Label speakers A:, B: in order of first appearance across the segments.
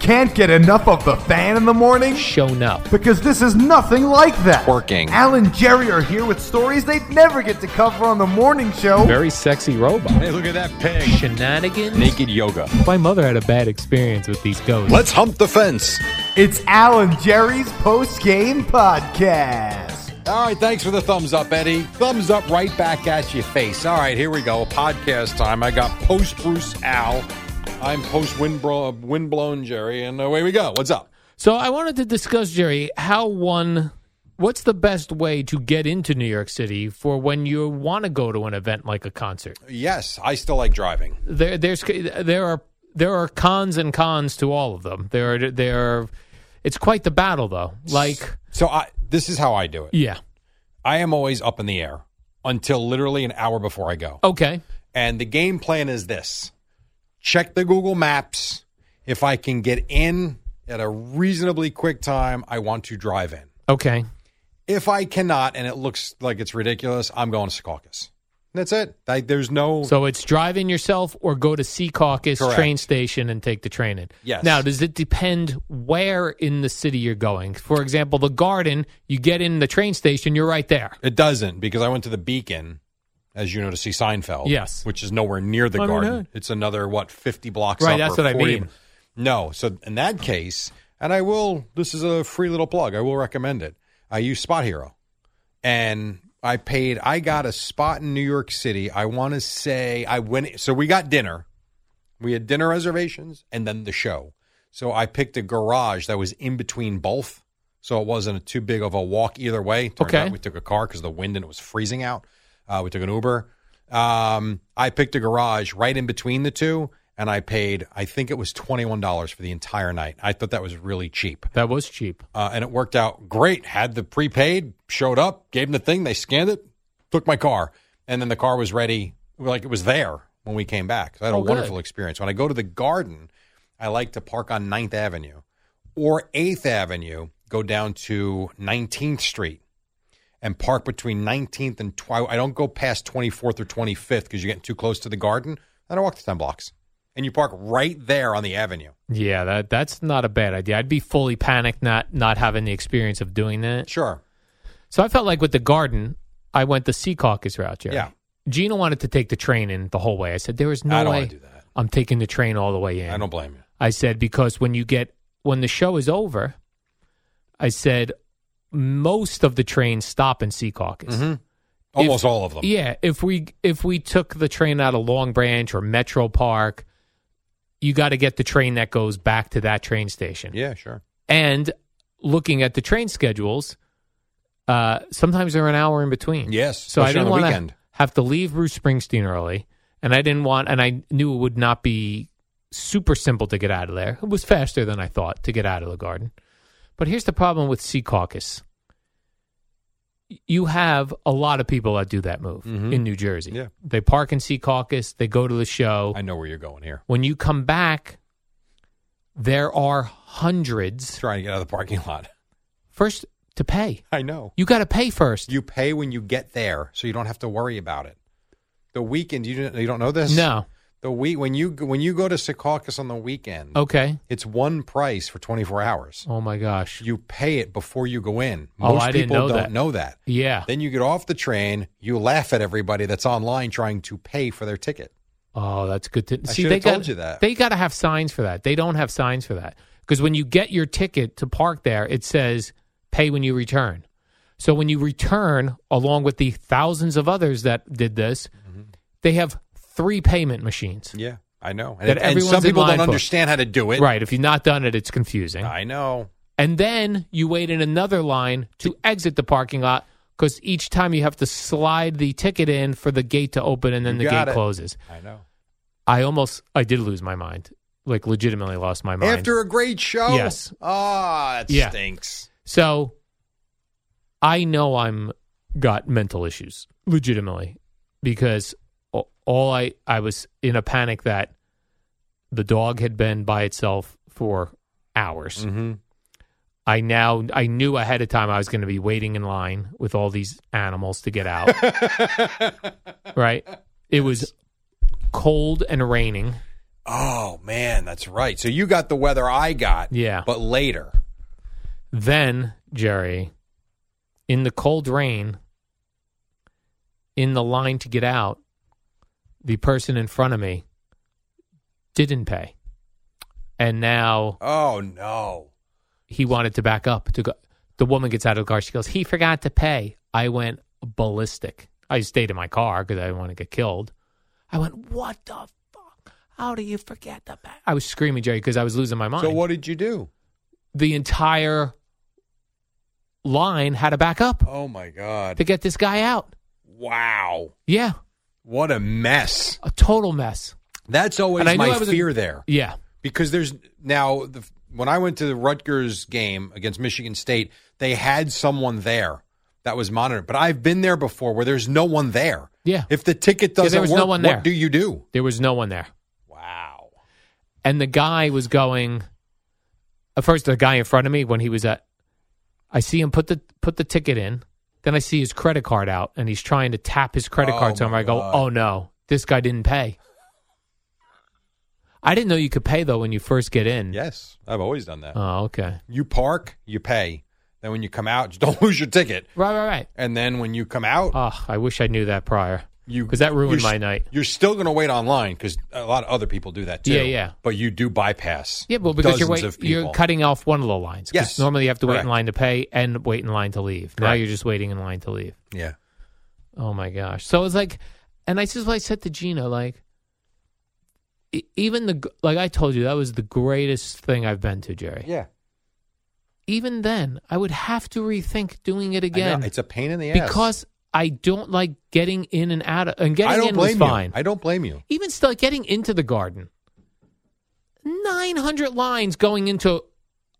A: Can't get enough of the fan in the morning?
B: shown up.
A: Because this is nothing like that.
C: Working.
A: Al and Jerry are here with stories they'd never get to cover on the morning show.
B: Very sexy robot.
C: Hey, look at that pig.
B: Shenanigans.
C: Naked yoga.
B: My mother had a bad experience with these ghosts.
C: Let's hump the fence.
A: It's Al and Jerry's post game podcast.
C: All right, thanks for the thumbs up, Eddie. Thumbs up right back at your face. All right, here we go. Podcast time. I got post Bruce Al. I'm post windblown, windblown Jerry, and away we go. What's up?
B: So I wanted to discuss, Jerry, how one, what's the best way to get into New York City for when you want to go to an event like a concert?
C: Yes, I still like driving.
B: There, there's, there are, there are cons and cons to all of them. There are, there are, it's quite the battle though. Like,
C: So I this is how I do it.
B: yeah.
C: I am always up in the air until literally an hour before I go.
B: Okay.
C: And the game plan is this check the Google Maps. If I can get in at a reasonably quick time, I want to drive in.
B: Okay.
C: If I cannot and it looks like it's ridiculous, I'm going to Secaucus. That's it. Like, there's no.
B: So it's drive in yourself or go to Sea Caucus
C: Correct.
B: train station and take the train in.
C: Yes.
B: Now, does it depend where in the city you're going? For example, the garden, you get in the train station, you're right there.
C: it doesn't because I went to the Beacon, as you know, to see Seinfeld.
B: Yes.
C: Which is nowhere near the
B: I mean,
C: garden.
B: hey.
C: It's another, what, 50 blocks
B: Right,
C: up
B: that's
C: or
B: what I
C: 40
B: mean.
C: No. So in that case, and I will, this is a free little plug. I will recommend it. I use Spot Hero. and I paid. I got a spot in New York City. I want to say I went. So we got dinner. We had dinner reservations and then the show. So I picked a garage that was in between both, so it wasn't too big of a walk either way. Turned
B: Okay.
C: out we took a car because the wind and it was freezing out. Uh, we took an Uber. Um, I picked a garage right in between the two, and I paid. I think it was twenty one dollars for the entire night. I thought that was really cheap
B: That was cheap.
C: uh, and it worked out great. Had the prepaid, showed up, gave them the thing, they scanned it, took my car, and then the car was ready, like it was there when we came back. So I had
B: Oh,
C: a
B: good.
C: wonderful experience. When I go to the garden, I like to park on 9th Avenue or 8th Avenue, go down to 19th Street and park between 19th and 12th. I don't go past 24th or 25th because you're getting too close to the garden. Then I walk the 10 blocks. And you park right there on the avenue.
B: Yeah, that that's not a bad idea. I'd be fully panicked not not having the experience of doing that.
C: Sure.
B: So I felt like with the garden, I went the Sea Caucus route, Jerry.
C: Yeah.
B: Gina wanted to take the train in the whole way. I said, there is no
C: I don't
B: way
C: want to do that.
B: I'm taking the train all the way in.
C: I don't blame you.
B: I said because when you get when the show is over, I said most of the trains stop in Secaucus.
C: Almost all of them.
B: Yeah, if we if we took the train out of Long Branch or Metro Park, you got to get the train that goes back to that train station.
C: Yeah, sure.
B: And looking at the train schedules, uh, sometimes they're an hour in between.
C: Yes,
B: so I
C: especially on
B: didn't
C: the
B: want
C: weekend.
B: to have to leave Bruce Springsteen early, and I didn't want, and I knew it would not be super simple to get out of there. It was faster than I thought to get out of the garden. But here's the problem with Sea Caucus. You have a lot of people that do that move in New Jersey.
C: Mm-hmm. Yeah.
B: They park in Sea Caucus, they go to the show.
C: I know where you're going here.
B: when you come back, there are hundreds
C: Trying to get out of the parking lot.
B: first to pay.
C: I know.
B: You got to pay first.
C: You pay when you get there, so you don't have to worry about it. The weekend, you don't, you don't know this.
B: No.
C: the week when you when you go to Secaucus on the weekend,
B: Okay.
C: it's one price for 24 hours.
B: Oh my gosh.
C: You pay it before you go in.
B: Oh,
C: Most
B: I didn't
C: people
B: know
C: don't
B: that.
C: know that.
B: Yeah.
C: Then you get off the train. You laugh at everybody that's online trying to pay for their ticket.
B: Oh, that's good to
C: I
B: see.
C: should
B: They
C: have told
B: got
C: you that.
B: they got to have signs for that. They don't have signs for that because when you get your ticket to park there, it says pay when you return. So
C: Mm-hmm.
B: when you return, along with the thousands of others that did this, they have three payment machines.
C: Yeah, I know.
B: That
C: And, and
B: everyone's
C: some
B: in
C: people
B: line
C: don't
B: for.
C: understand how to do it.
B: Right. If you've not done it, it's confusing.
C: I know.
B: And then you wait in another line to exit the parking lot because each time you have to slide the ticket in for the gate to open and then
C: You
B: the
C: got
B: gate
C: it.
B: closes.
C: I know.
B: I almost, I did lose my mind. Like, legitimately lost my mind.
C: After a great show.
B: Yes.
C: Ah, it
B: Yeah.
C: stinks.
B: So I know I'm got mental issues legitimately because a- all I I was in a panic that the dog had been by itself for hours.
C: Mm-hmm.
B: I now I knew ahead of time I was going to be waiting in line with all these animals to get out. right? It was cold and raining.
C: Oh man, that's right. So you got the weather I got.
B: Yeah.
C: But later.
B: Then, Jerry, in the cold rain, in the line to get out, the person in front of me didn't pay. And now
C: Oh no.
B: he wanted to back up to go. The woman gets out of the car. She goes, "He forgot to pay." I went ballistic. I stayed in my car because I didn't want to get killed. I went, "What the fuck? How do you forget the?" Pay? I was screaming, Jerry, because I was losing my mind.
C: So what did you do?
B: The entire line had to back up.
C: Oh my god.
B: to get this guy out.
C: Wow.
B: Yeah,
C: What a mess.
B: a total mess.
C: That's always
B: And I knew
C: my
B: I was a-
C: fear there.
B: Yeah,
C: because there's now the, when I went to the Rutgers game against Michigan State, they had someone there that was monitored. But I've been there before where there's no one there.
B: Yeah.
C: If the ticket
B: there
C: doesn't
B: was
C: work,
B: no one there.
C: what do you do?
B: there was no one there,
C: Wow.
B: and the guy was going. At first, the guy in front of me when he was at, I see him put the put the ticket in. Then I see his credit card out, and he's trying to tap his credit
C: Oh,
B: card somewhere.
C: my
B: I go,
C: God.
B: "Oh no, this guy didn't pay." I didn't know you could pay though when you first get in.
C: Yes, I've always done that.
B: Oh, okay.
C: you park, you pay. Then when you come out, just don't lose your ticket.
B: Right, right, right.
C: And then when you come out,
B: Oh, I wish I knew that prior.
C: you
B: 'cause that ruined
C: you're
B: my
C: s-
B: night.
C: You're still going to wait online because a lot of other people do that too.
B: Yeah, yeah.
C: But you do bypass.
B: Yeah, well, because you're
C: dozens
B: wait,
C: of people.
B: you're cutting off one of the lines. 'cause
C: Yes,
B: normally you have to wait
C: correct.
B: in line to pay and wait in line to leave. Now
C: Correct.
B: you're just waiting in line to leave.
C: Yeah.
B: Oh my gosh! So it's like, and I just I said to Gina, like, e- even the g- like I told you that was the greatest thing I've been to, Jerry.
C: Yeah.
B: Even then, I would have to rethink doing it
C: I know.
B: again
C: it's a pain in the ass.
B: because I don't like getting in and out of and getting
C: I don't
B: in
C: blame
B: was fine.
C: you. I don't blame you.
B: even still getting into the garden 900 lines going into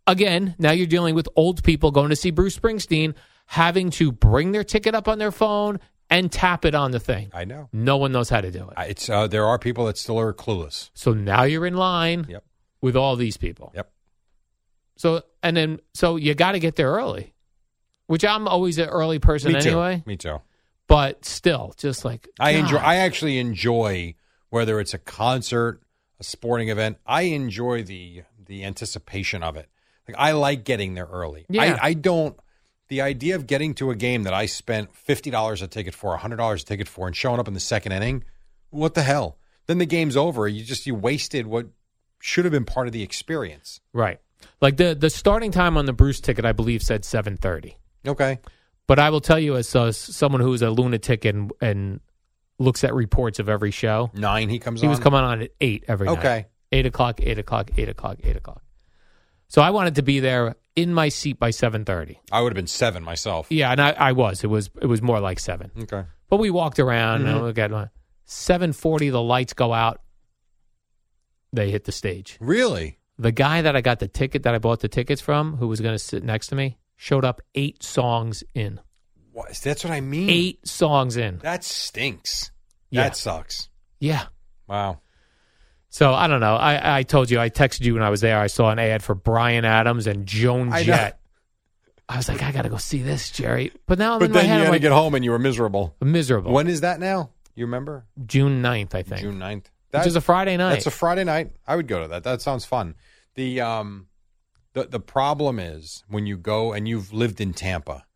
B: again now you're dealing with old people going to see bruce springsteen having to bring their ticket up on their phone and tap it on the thing
C: I know.
B: no one knows how to do it
C: I- It's uh, there are people that still are clueless.
B: so now you're in line
C: Yep.
B: with all these people
C: Yep.
B: so and then so you got to get there early which i'm always an early person
C: Me too.
B: anyway
C: Me too.
B: but still just like
C: I
B: God.
C: enjoy. I actually enjoy whether it's a concert, a sporting event. I enjoy the the anticipation of it. Like I like getting there early.
B: Yeah.
C: I, I don't. The idea of getting to a game that I spent fifty dollars a ticket for, hundred dollars a ticket for, and showing up in the second inning, what the hell? Then the game's over. You just you wasted what should have been part of the experience.
B: right like the the starting time on the bruce ticket i believe said 730
C: Okay.
B: But I will tell you, as uh, someone who's a lunatic and and looks at reports of every show,
C: Nine. He comes.
B: he
C: on.
B: was coming on at eight every night.
C: Okay.
B: eight o'clock, eight o'clock, eight o'clock, eight o'clock. So I wanted to be there in my seat by seven thirty.
C: I would have been seven myself.
B: Yeah, and I, I was. It was it was more like seven.
C: Okay.
B: But we walked around
C: Mm-hmm.
B: and we got seven forty. The lights go out. They hit the stage.
C: Really?
B: The guy that I got the ticket that I bought the tickets from, who was going to sit next to me, showed up eight songs in.
C: What, that's what I mean.
B: Eight songs in.
C: That stinks.
B: Yeah.
C: That sucks.
B: Yeah.
C: Wow.
B: So I don't know. I, I told you I texted you when I was there. I saw an ad for Brian Adams and Joan
C: I know.
B: Jett. I was like, I gotta go see this, Jerry. But now I'm
C: but
B: in my
C: then you
B: head.
C: had
B: I'm
C: to
B: like,
C: get home and you were miserable.
B: miserable.
C: When is that now? You remember?
B: June 9th, I think,
C: June 9th.
B: which is a Friday night.
C: That's a Friday night. I would go to that. That sounds fun. The um the the problem is when you go and you've lived in Tampa,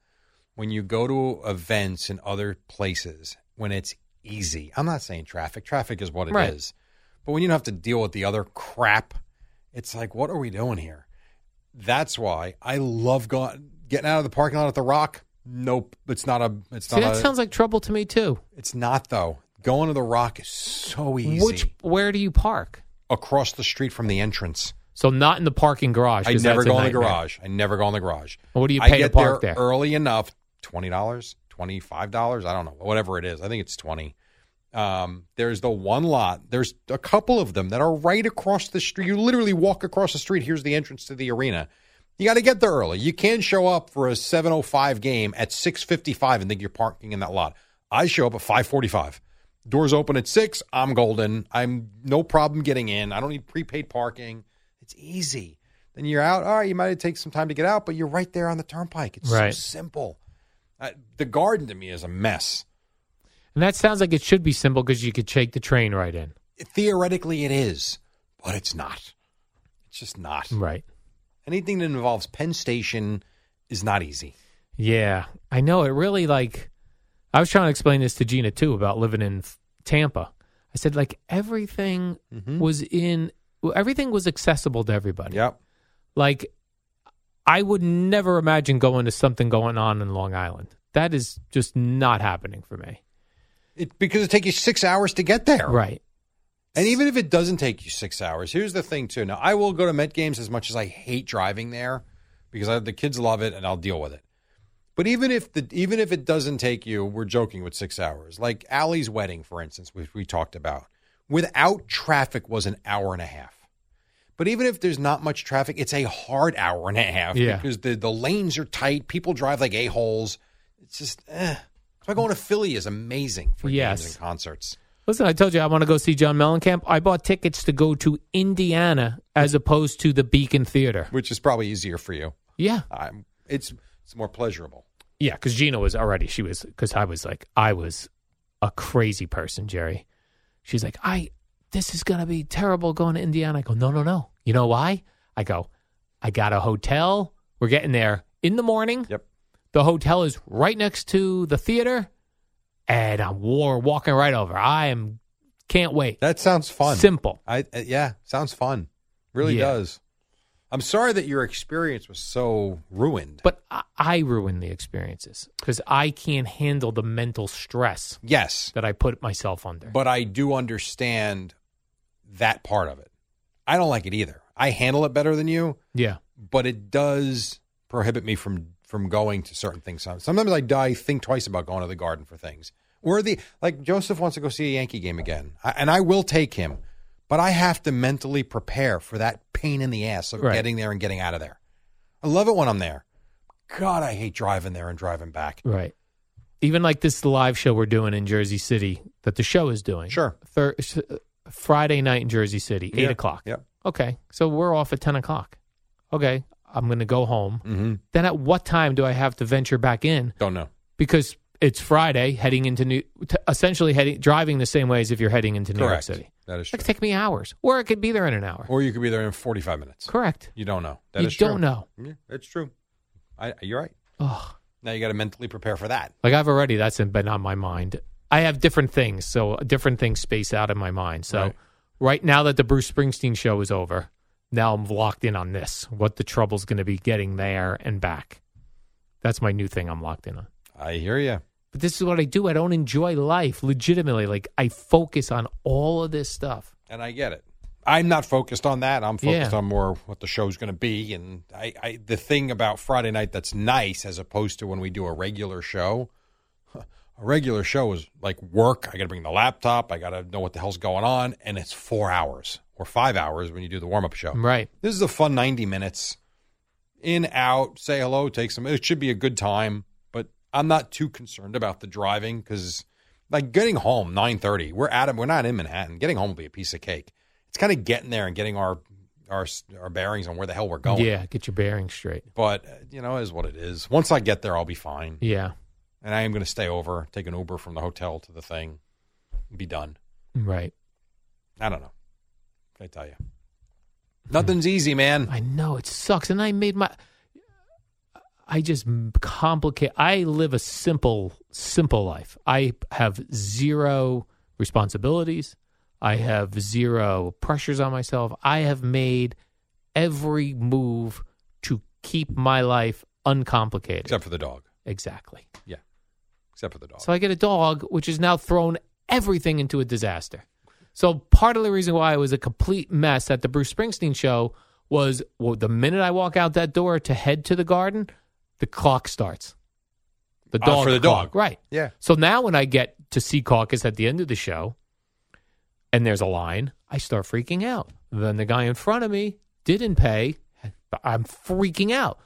C: when you go to events in other places when it's easy. I'm not saying traffic. Traffic is what it is.
B: Right.
C: But when you don't have to deal with the other crap, it's like what are we doing here? That's why I love going getting out of the parking lot at the Rock. Nope, it's not a it's
B: see,
C: not
B: that
C: a
B: sounds like trouble to me too.
C: it's not though. Going to the Rock is so easy.
B: Which where do you park?
C: Across the street from the entrance.
B: So not in the parking garage.
C: I
B: 'cause
C: never
B: that's a
C: go in the
B: nightmare.
C: garage. I never go in the garage.
B: What do you
C: I
B: pay to
C: get
B: park there?
C: early enough? Twenty dollars, twenty five dollars. I don't know. Whatever it is, I think it's twenty. Um, there's the one lot. There's a couple of them that are right across the street. You literally walk across the street. Here's the entrance to the arena. You got to get there early. You can show up for a seven oh five game at six fifty five and think you're parking in that lot. I show up at five forty five. Doors open at six. I'm golden. I'm no problem getting in. I don't need prepaid parking. It's easy. Then you're out. All right, you might take some time to get out, but you're right there on the turnpike. It's
B: Right.
C: so simple. Uh, the garden to me is a mess.
B: And that sounds like it should be simple because you could take the train right in.
C: Theoretically, it is, but it's not. It's just not.
B: Right.
C: Anything that involves Penn Station is not easy.
B: Yeah, I know. It really like I was trying to explain this to Gina too about living in F- Tampa. I said like everything
C: Mm-hmm.
B: was in well, everything was accessible to everybody.
C: Yep.
B: Like I would never imagine going to something going on in Long Island. That is just not happening for me.
C: It, because it takes you six hours to get there.
B: Right.
C: And even if it doesn't take you six hours, here's the thing too. Now I will go to Met games as much as I hate driving there because I, the kids love it and I'll deal with it. But even if the even if it doesn't take you, we're joking with six hours. Like Allie's wedding, for instance, which we talked about, without traffic was an hour and a half. But even if there's not much traffic, it's a hard hour and a half
B: Yeah.
C: because the the lanes are tight. People drive like a holes. It's just. Eh. So going to Philly is amazing for
B: Yes.
C: games and concerts.
B: Listen, I told you I want to go see John Mellencamp. I bought tickets to go to Indiana as opposed to the Beacon Theater.
C: which is probably easier for you.
B: Yeah.
C: I'm, it's it's more pleasurable.
B: Yeah, because Gina was already she was because I was like I was a crazy person, Jerry. She's like, I this is gonna be terrible going to Indiana. I go, no, no, no. You know why? I go, I got a hotel. We're getting there in the morning.
C: Yep.
B: The hotel is right next to the theater, and I'm war walking right over. I am can't wait.
C: That sounds fun.
B: Simple.
C: I uh, yeah, sounds fun. Really
B: Yeah.
C: does. I'm sorry that your experience was so ruined.
B: But I, I ruin the experiences because I can't handle the mental stress
C: yes,
B: that I put myself under.
C: but I do understand that part of it. I don't like it either. I handle it better than you,
B: yeah.
C: but it does prohibit me from from going to certain things. Some- Sometimes I die think twice about going to the garden for things. Where the like Joseph wants to go see a Yankee game again, I, and I will take him, but I have to mentally prepare for that pain in the ass of
B: Right.
C: getting there and getting out of there. I love it when I'm there. God, I hate driving there and driving back.
B: Right. Even like this live show we're doing in Jersey City that the show is doing.
C: Sure.
B: Thir- s- Friday night in Jersey City, 8
C: Yeah,
B: o'clock.
C: Yep.
B: Okay. So we're off at 10 o'clock. Okay. I'm going to go home.
C: Mm-hmm.
B: Then at what time do I have to venture back in?
C: Don't know.
B: Because it's Friday heading into New, t- essentially heading, driving the same way as if you're heading into New York
C: Correct.
B: City.
C: That
B: That
C: is true.
B: could take me hours, or it could be there in an hour.
C: Or you could be there in 45 minutes.
B: Correct.
C: You don't know. That
B: you
C: is true.
B: don't know.
C: Yeah, that's true. I, you're right.
B: Ugh.
C: Now you got to mentally prepare for that.
B: Like I've already that's been on my mind. I have different things, so different things space out in my mind. So right.
C: Right.
B: now that the Bruce Springsteen show is over, now I'm locked in on this. What the trouble's going to be getting there and back. That's my new thing I'm locked in on.
C: I hear you.
B: But this is what I do. I don't enjoy life legitimately. Like I focus on all of this stuff.
C: and I get it. I'm not focused on that. I'm focused
B: Yeah.
C: on more what the show's going to be, and I, I the thing about Friday night that's nice as opposed to when we do a regular show. A regular show is like work. I got to bring the laptop. I got to know what the hell's going on, and it's four hours or five hours when you do the warm up show.
B: Right.
C: This is a fun 90 minutes. In, out, say hello, take some. It should be a good time, but I'm not too concerned about the driving because, like, getting home 9:30. We're at it. We're not in Manhattan. Getting home will be a piece of cake. It's kind of getting there and getting our our our bearings on where the hell we're going.
B: Yeah. Get your bearings straight.
C: But uh, you know, it is what it is. Once I get there, I'll be fine,
B: Yeah.
C: and I am going to stay over, take an Uber from the hotel to the thing, and be done.
B: Right.
C: I don't know. I tell you, nothing's easy, man.
B: I know it sucks, and I made my. I just complicate. I live a simple, simple life. I have zero responsibilities. I have zero pressures on myself. I have made every move to keep my life uncomplicated.
C: Except for the dog.
B: exactly.
C: Except for the dog.
B: So I get a dog, which is now thrown everything into a disaster. So part of the reason why it was a complete mess at the Bruce Springsteen show was well, the minute I walk out that door to head to the garden, the clock starts. The
C: Uh,
B: dog
C: for the
B: clock,
C: dog.
B: right?
C: Yeah.
B: So now when I get to see caucus at the end of the show and there's a line, I start freaking out. Then the guy in front of me didn't pay. I'm freaking out.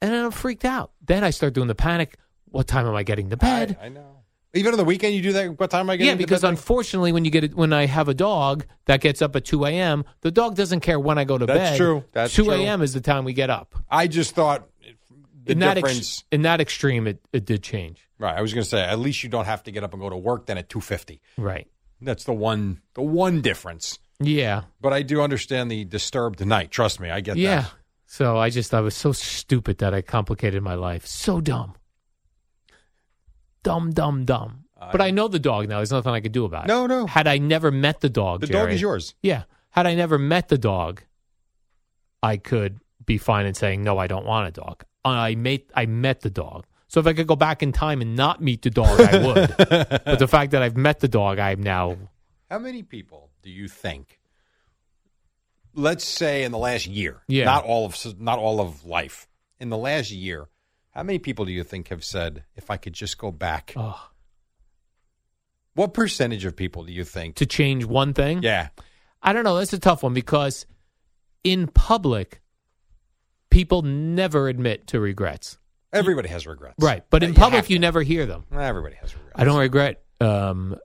B: And then I'm freaked out. Then I start doing the panic. What time am I getting to bed?
C: I, I know. Even on the weekend, you do that. What time am I getting?
B: yeah,
C: into
B: because
C: bed?
B: unfortunately, when you get it, when I have a dog that gets up at two a.m., the dog doesn't care when I go to
C: That's
B: bed.
C: true. That's
B: two
C: true.
B: a.m. is the time we get up.
C: I just thought the
B: in that ex-
C: difference.
B: in that extreme, it, it did change.
C: right. I was going to say at least you don't have to get up and go to work then at two fifty.
B: Right.
C: That's the one. The one difference.
B: Yeah.
C: But I do understand the disturbed night. Trust me, I get
B: yeah.
C: that.
B: So I just I was so stupid that I complicated my life. So dumb. Dumb, dumb, dumb. but I know the dog now. There's nothing I could do about it.
C: No, no.
B: Had I never met the dog,
C: The dog
B: Jerry-
C: is yours.
B: Yeah. Had I never met the dog, I could be fine in saying no. I don't want a dog. I made I met the dog. So if I could go back in time and not meet the dog, I would. but the fact that I've met the dog, I'm now
C: How many people do you think? Let's say in the last year,
B: Yeah.
C: not all of not all of life. In the last year, how many people do you think have said, "If I could just go back"?
B: oh,
C: What percentage of people do you think?
B: to change one thing.
C: Yeah,
B: I don't know. That's a tough one because in public, people never admit to regrets.
C: everybody has regrets,
B: Right. But in
C: You
B: public,
C: have
B: you
C: to.
B: never hear them.
C: Everybody has regrets.
B: I don't regret um,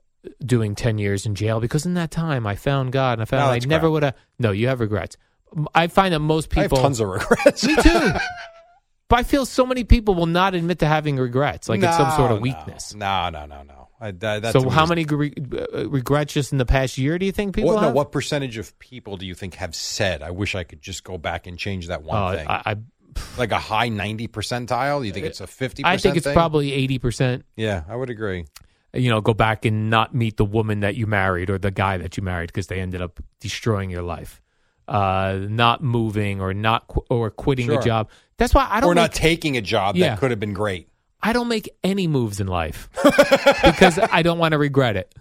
B: doing 10 years in jail because in that time I found God and I found
C: No,
B: I
C: Oh, that's
B: never
C: crap.
B: would have. No, you have regrets. M- I find that most people.
C: I have tons of regrets.
B: Me too. but I feel so many people will not admit to having regrets, like it's some
C: No,
B: sort of
C: no.
B: weakness.
C: No, no, no, no. I, that, that to
B: So,
C: me
B: how
C: is-
B: many gre- uh, regrets just in the past year do you think people
C: What, no,
B: have?
C: what percentage of people do you think have said, "I wish I could just go back and change that
B: Oh,
C: one thing"?
B: I, I,
C: like a high ninety percentile? You think it's a fifty?
B: I think it's
C: thing?
B: probably eighty percent.
C: Yeah, I would agree.
B: you know, go back and not meet the woman that you married or the guy that you married because they ended up destroying your life. Uh, not moving or not qu- or quitting
C: Sure.
B: a job. That's why I don't
C: Or not
B: make-
C: taking a job
B: Yeah.
C: that could have been great.
B: I don't make any moves in life because I don't want to regret it.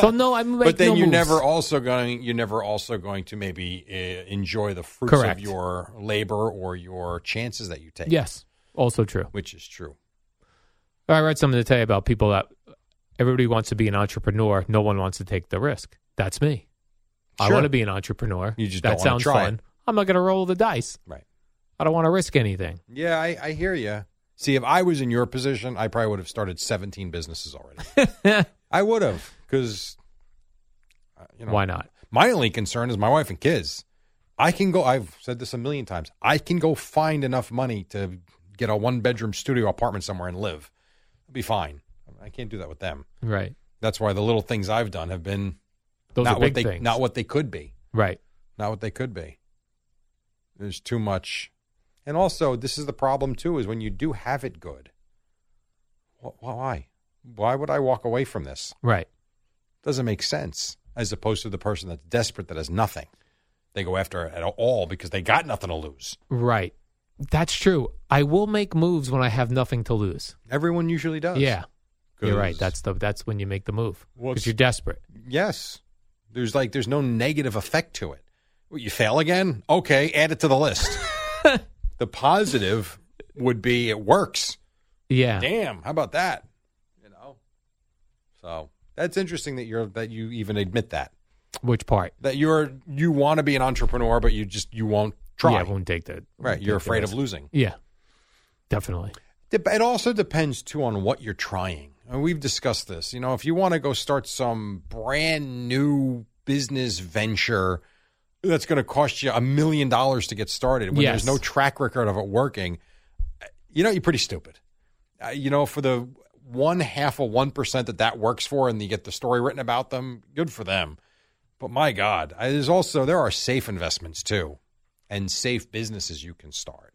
B: So no, I make
C: but then
B: no
C: you're
B: moves.
C: never also going. You're never also going to maybe uh, enjoy the fruits
B: Correct.
C: of your labor or your chances that you take.
B: Yes, also true.
C: which is true.
B: I read something today about people that everybody wants to be an entrepreneur. No one wants to take the risk. That's me. I
C: Sure.
B: want to be an entrepreneur.
C: You just
B: that
C: don't wanna
B: sounds
C: try it.
B: fun. I'm not going to roll the dice.
C: Right.
B: I don't want to risk anything.
C: Yeah, I, I hear you. See, if I was in your position, I probably would have started 17 businesses already. I would have, because you know,
B: Why not?
C: My only concern is my wife and kids. I can go. I've said this a million times. I can go find enough money to get a one-bedroom studio apartment somewhere and live. I'll be fine. I can't do that with them.
B: Right.
C: That's why the little things I've done have been
B: Those
C: not
B: are
C: what
B: big
C: they
B: things.
C: not what they could be
B: right.
C: not what they could be. There's too much. And also, this is the problem too: is when you do have it good. wh- Why? Why would I walk away from this?
B: Right.
C: Doesn't make sense. As opposed to the person that's desperate that has nothing, they go after it at all because they got nothing to lose.
B: Right. That's true. I will make moves when I have nothing to lose.
C: Everyone usually does.
B: Yeah. You're right.
C: 'Cause-
B: That's the that's when you make the move
C: What's-
B: because you're desperate.
C: yes. There's like there's no negative effect to it. What, you fail again? Okay, add it to the list. the positive would be it works.
B: Yeah.
C: damn how about that you know so that's interesting that you're that you even admit that
B: Which part?
C: that you're you want to be an entrepreneur but you just you won't try
B: Yeah, I won't take that.
C: right you're afraid of losing
B: Yeah. Definitely.
C: Dep- it also depends too on what you're trying and we've discussed this you know if you want to go start some brand new business venture that's going to cost you a million dollars to get started when
B: Yes.
C: there's no track record of it working you know you're pretty stupid uh, you know, for the one half of one percent that that works for, and you get the story written about them, good for them. But my God, I- there's also there are safe investments too, and safe businesses you can start.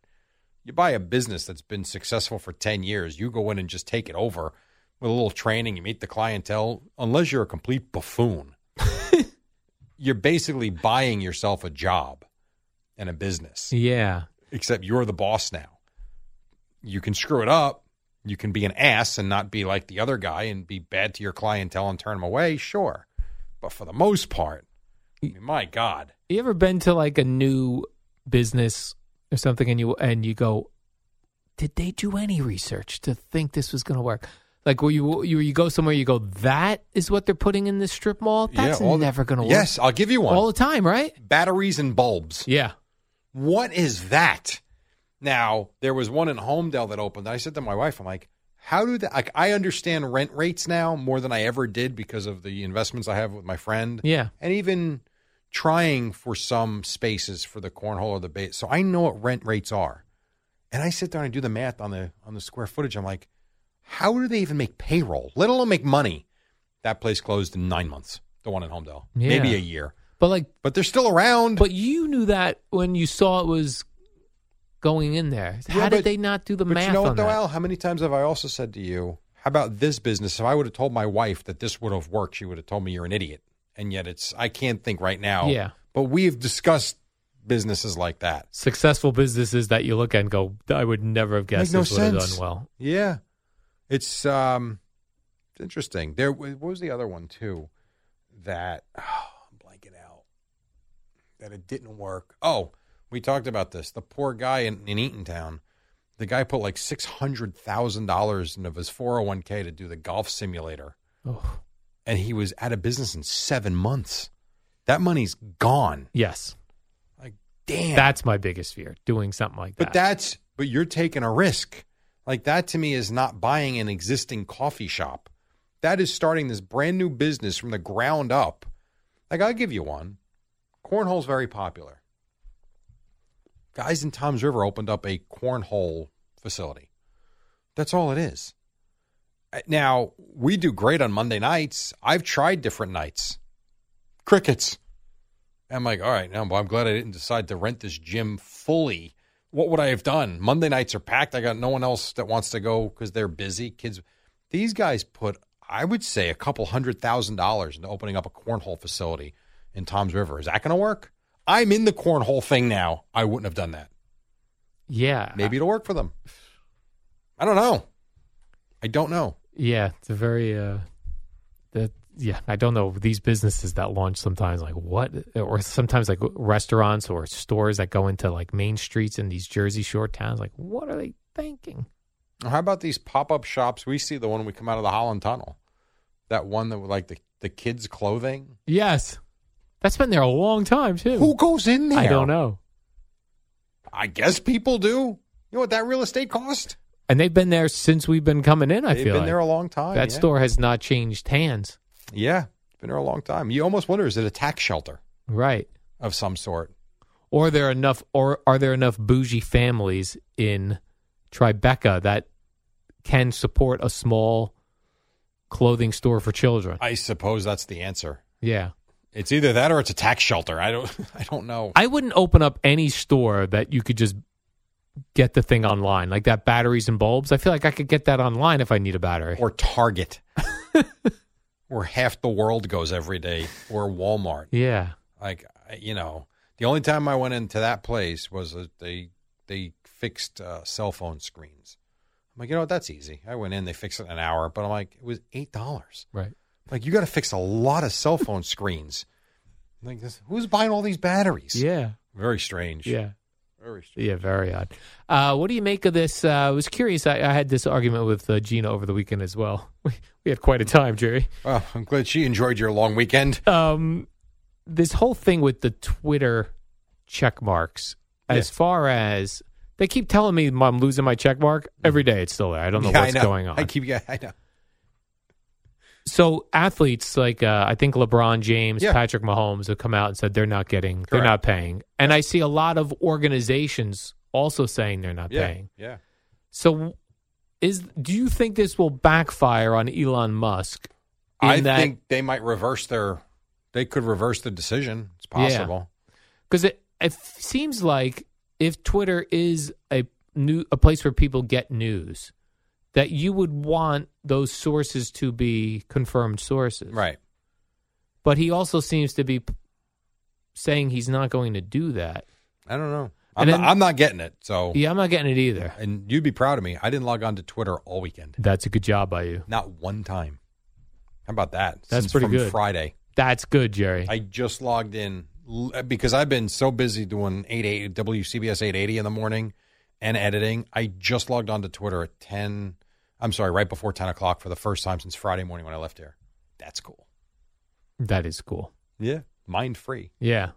C: You buy a business that's been successful for ten years, you go in and just take it over with a little training. You meet the clientele, unless you're a complete buffoon. you're basically buying yourself a job and a business
B: Yeah.
C: except you're the boss now. You can screw it up, you can be an ass and not be like the other guy and be bad to your clientele and turn them away, sure. But for the most part, I mean, my God,
B: You ever been to like a new business or something and you and you go, did they do any research to think this was going to work? Like where you you you go somewhere you go that is what they're putting in this strip mall? That's
C: all the-
B: never going to work.
C: Yes, I'll give you one.
B: all the time, right?
C: Batteries and bulbs.
B: Yeah.
C: What is that? Now there was one in Homedale that opened. I said to my wife, "I'm like, how do that? Like, I understand rent rates now more than I ever did because of the investments I have with my friend.
B: Yeah.
C: and even trying for some spaces for the cornhole or the base. So I know what rent rates are. And I sit there and I do the math on the on the square footage. I'm like, how do they even make payroll? Let alone make money. That place closed in nine months. The one in Homedale,
B: Yeah.
C: maybe a year,
B: But like
C: but they're still around.
B: but you knew that when you saw it was going in there. How
C: Yeah, but-
B: did they not do the
C: but
B: math
C: you know
B: on
C: what, though,
B: that?
C: Al? How many times have I also said to you, how about this business? If I would have told my wife that this would have worked, she would have told me you're an idiot. And yet it's, I can't think right now.
B: Yeah.
C: But we've discussed businesses like that.
B: Successful businesses that you look at and go, I would never have guessed
C: Make no
B: this would have
C: sense.
B: done well.
C: Yeah. It's, um, it's interesting. There, wa- what was the other one, too, that, oh, I'm blanking out, that it didn't work? Oh, we talked about this. The poor guy in, in Eatontown. The guy put like six hundred thousand dollars into his four hundred one k to do the golf simulator,
B: Oh.
C: and he was out of business in seven months. That money's gone.
B: Yes.
C: Like, damn.
B: That's my biggest fear, doing something like that.
C: but that's but you're taking a risk. Like that to me is not buying an existing coffee shop. That is starting this brand new business from the ground up. Like I'll give you one. Cornhole's very popular. Guys in Tom's River opened up a cornhole facility. That's all it is. Uh, Now, we do great on Monday nights. I've tried different nights. Crickets. I'm like, all right, now I'm glad I didn't decide to rent this gym fully. What would I have done? Monday nights are packed. I got no one else that wants to go because they're busy. Kids, these guys put, I would say, a couple hundred thousand dollars into opening up a cornhole facility in Tom's River. Is that going to work? I'm in the cornhole thing now. I wouldn't have done that.
B: yeah.
C: Maybe it'll work for them. I don't know. I don't know.
B: Yeah, it's a very uh that yeah, I don't know these businesses that launch sometimes like what or sometimes like restaurants or stores that go into like main streets in these Jersey Shore towns like what are they thinking?
C: How about these pop up shops? We see the one we come out of the Holland Tunnel, that one that would like the the kids' clothing.
B: Yes. That's been there a long time too.
C: Who goes in there?
B: I don't know.
C: I guess people do. You know what that real estate cost?
B: And they've been there since we've been coming in, I
C: They've
B: feel
C: been
B: like.
C: there a long time.
B: that
C: yeah.
B: store has not changed hands.
C: Yeah, it's been there a long time. You almost wonder is it a tax shelter
B: Right.
C: of some sort?
B: Or there are enough or are there enough bougie families in Tribeca that can support a small clothing store for children?
C: I suppose that's the answer.
B: Yeah.
C: It's either that or it's a tax shelter. I don't. I don't know.
B: I wouldn't open up any store that you could just get the thing online, like that batteries and bulbs. I feel like I could get that online if I need a battery.
C: Or Target, where half the world goes every day, or Walmart.
B: yeah.
C: like I- you know the only time i went into that place was that they they fixed uh, cell phone screens i'm like you know what that's easy i went in they fixed it in an hour but i'm like it was eight dollars
B: Right.
C: like you got to fix a lot of cell phone screens like this, who's buying all these batteries
B: Yeah.
C: very strange
B: Yeah.
C: very strange
B: Yeah, very odd. Uh, what do you make of this? Uh, I was curious. I, I had this argument with uh, Gina over the weekend as well. We, we had quite a time, Jerry.
C: well Oh, i'm glad she enjoyed your long weekend
B: um, this whole thing with the Twitter check marks, as far as they keep telling me I'm losing my check mark every day, it's still there. I don't know
C: Mm-hmm. Yeah,
B: what's
C: I know.
B: going on.
C: i keep yeah i know
B: so athletes like uh, I think LeBron James,
C: Yeah.
B: Patrick Mahomes have come out and said they're not getting, they're
C: Correct.
B: not paying, and I see a lot of organizations also saying they're not
C: yeah
B: paying.
C: yeah
B: So. Is do you think this will backfire on Elon Musk? in
C: i
B: that-
C: think they might reverse their they could reverse the decision it's
B: Yeah.
C: possible
B: because it, it seems like if Twitter is a new a place where people get news, that you would want those sources to be confirmed sources,
C: right
B: But he also seems to be p- saying he's not going to do that.
C: i don't know I'm,
B: And then-
C: not, I'm not getting it. So,
B: Yeah, I'm not getting it either.
C: and you'd be proud of me. I didn't log on to Twitter all weekend,
B: That's a good job by you.
C: not one time. How about that?
B: That's
C: Since
B: pretty
C: from
B: good.
C: Friday,
B: That's good, Jerry.
C: I just logged in l- because I've been so busy doing 88 WCBS 880 in the morning and editing. I just logged on to Twitter at 10. I'm sorry, right before 10 o'clock for the first time since Friday morning when I left here. That's cool.
B: that is cool.
C: Yeah, mind free.
B: Yeah.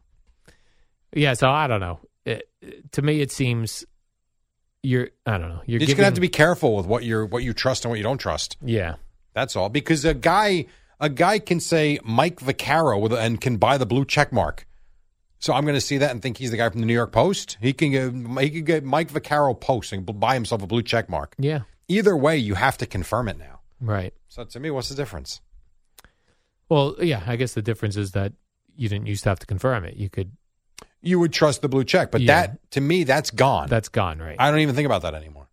B: Yeah, so I don't know. It, to me it seems you're I don't know. You're,
C: You're, just
B: giving,
C: gonna have to be careful with what you're what you trust and what you don't trust.
B: Yeah.
C: That's all. Because a guy a guy can say Mike Vaccaro with a- and can buy the blue check mark. So I'm going to see that and think he's the guy from the New York Post. He can get, he could get Mike Vaccaro post and b- buy himself a blue check mark.
B: Yeah.
C: Either way, you have to confirm it now.
B: Right.
C: So to me, what's the difference?
B: Well, yeah, I guess the difference is that you didn't used to have to confirm it. You could
C: You would trust the blue check, but
B: Yeah.
C: that to me, that's gone.
B: that's gone, right?
C: I don't even think about that anymore.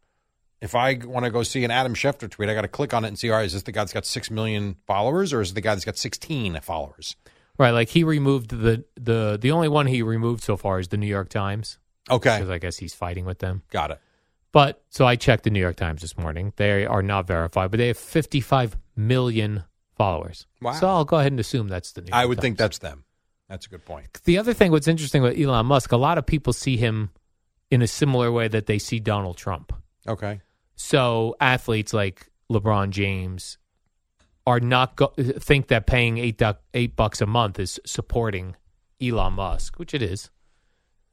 C: If I want to go see an Adam Schefter tweet, I got to click on it and see, all right, is this the guy that's got 6 million followers or is it the guy that's got 16 followers?
B: right, like he removed the the the only one he removed so far is the New York Times
C: Okay.
B: because I guess he's fighting with them.
C: got it.
B: But so I checked the New York Times this morning. They are not verified, but they have 55 million followers.
C: Wow.
B: So I'll go ahead and assume that's the New York
C: I would think
B: Times.
C: that's them. That's a good point.
B: the other thing what's interesting with Elon Musk, a lot of people see him in a similar way that they see Donald Trump.
C: Okay.
B: So athletes like LeBron James are not go- think that paying eight du- eight bucks a month is supporting Elon Musk, which it is,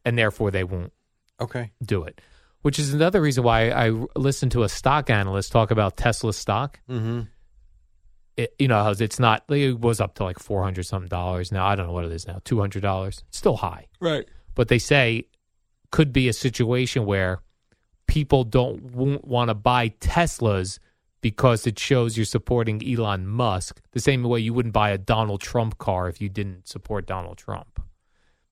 B: and therefore they won't
C: Okay.
B: do it. Which is another reason why I listened to a stock analyst talk about Tesla stock.
C: Mm-hmm.
B: It, you know, how it's not. It was up to like four hundred something dollars now. I don't know what it is now. Two hundred dollars. It's still high.
C: Right.
B: but they say could be a situation where people don't won't want to buy Teslas because it shows you're supporting Elon Musk the same way you wouldn't buy a Donald Trump car if you didn't support Donald Trump.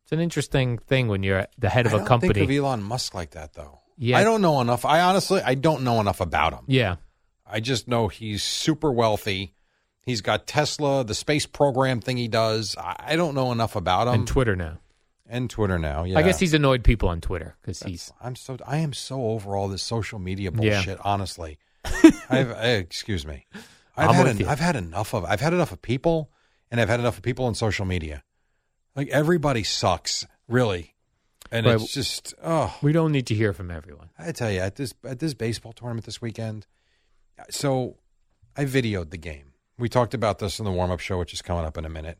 B: It's an interesting thing when you're the head of a
C: I don't
B: company.
C: think of Elon Musk like that though.
B: Yeah.
C: I don't know enough. I honestly, I don't know enough about him.
B: yeah,
C: I just know he's super wealthy. He's got Tesla, the space program thing he does. I, I don't know enough about him.
B: and Twitter now.
C: And Twitter now. um, Yeah.
B: I guess he's annoyed people on Twitter because he's
C: I'm so I am so over all this social media
B: Yeah.
C: bullshit. Honestly, I've, I, excuse me. I've
B: I'm
C: had
B: with
C: en-
B: you.
C: I've had enough of I've had enough of people, and I've had enough of people on social media. Like everybody sucks, really, and
B: Right.
C: it's just oh,
B: we don't need to hear from everyone.
C: I tell you at this at this baseball tournament this weekend. So, I videoed the game. We talked about this in the warm up show, which is coming up in a minute.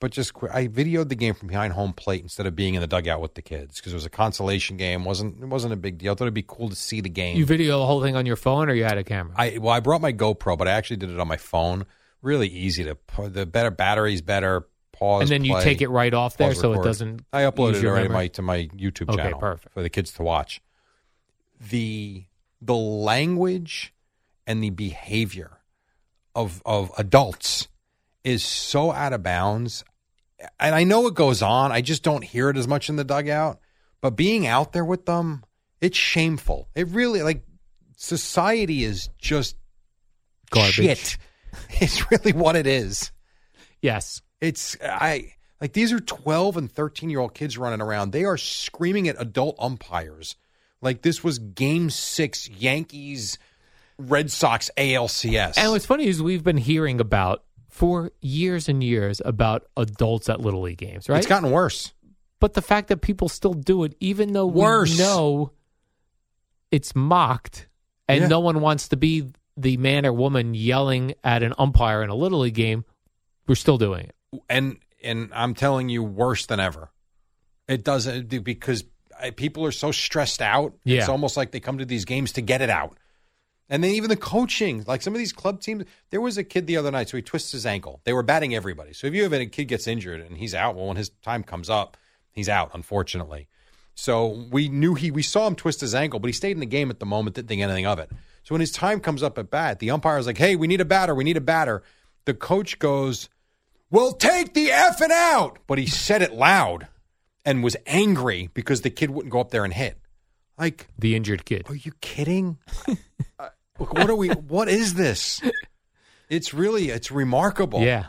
C: But just qu- I videoed the game from behind home plate instead of being in the dugout with the kids because it was a consolation game. wasn't It wasn't a big deal. I thought it'd be cool to see the game.
B: You video the whole thing on your phone or you had a camera?
C: I well, I brought my GoPro, but I actually did it on my phone. Really easy to pu- the better batteries, better pause.
B: and then you
C: play,
B: take it right off there
C: pause,
B: so it
C: record.
B: doesn't.
C: I uploaded
B: use
C: it
B: your
C: already to
B: memory?
C: my, to my YouTube
B: Okay,
C: channel
B: perfect.
C: for the kids to watch. The the language and the behavior of of adults is so out of bounds. And I know it goes on. I just don't hear it as much in the dugout. But being out there with them, it's shameful. It really like society is just
B: Garbage.
C: Shit. It's really what it is.
B: Yes.
C: It's I like these are 12 and 13 year old kids running around. They are screaming at adult umpires like this was game 6 Yankees Red Sox ALCS.
B: And what's funny is we've been hearing about for years and years about adults at little league games, right?
C: It's gotten worse.
B: but the fact that people still do it, even though
C: Worse.
B: we know it's mocked, and
C: Yeah.
B: no one wants to be the man or woman yelling at an umpire in a little league game, we're still doing it.
C: And and I'm telling you worse than ever. It doesn't because I- people are so stressed out.
B: Yeah.
C: It's almost like they come to these games to get it out. And then even the coaching, like some of these club teams, there was a kid the other night, so he twists his ankle. They were batting everybody. So if you have a kid gets injured and he's out, well, when his time comes up, he's out, unfortunately. So we knew he, we saw him twist his ankle, but he stayed in the game at the moment, didn't think anything of it. So when his time comes up at bat, the umpire is like, hey, we need a batter, we need a batter. The coach goes, well, take the effing out. But he said it loud and was angry because the kid wouldn't go up there and hit. Like,
B: The injured kid.
C: are Oh, you kidding? Uh, look, what are we? What is this? It's really, it's remarkable.
B: Yeah.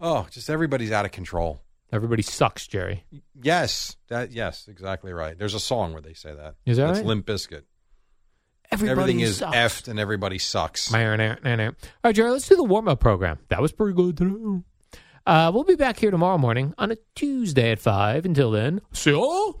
C: Oh, just everybody's out of control.
B: Everybody sucks, Jerry.
C: Yes, that yes, exactly right. There's a song where they say that.
B: Is that
C: That's
B: right?
C: Limp Biscuit.
B: Everybody
C: Everything is
B: sucks.
C: effed and everybody sucks.
B: All right, Jerry, let's do the warm up program. That was pretty good. today. Uh, we'll be back here tomorrow morning on a Tuesday at 5. Until then, see you.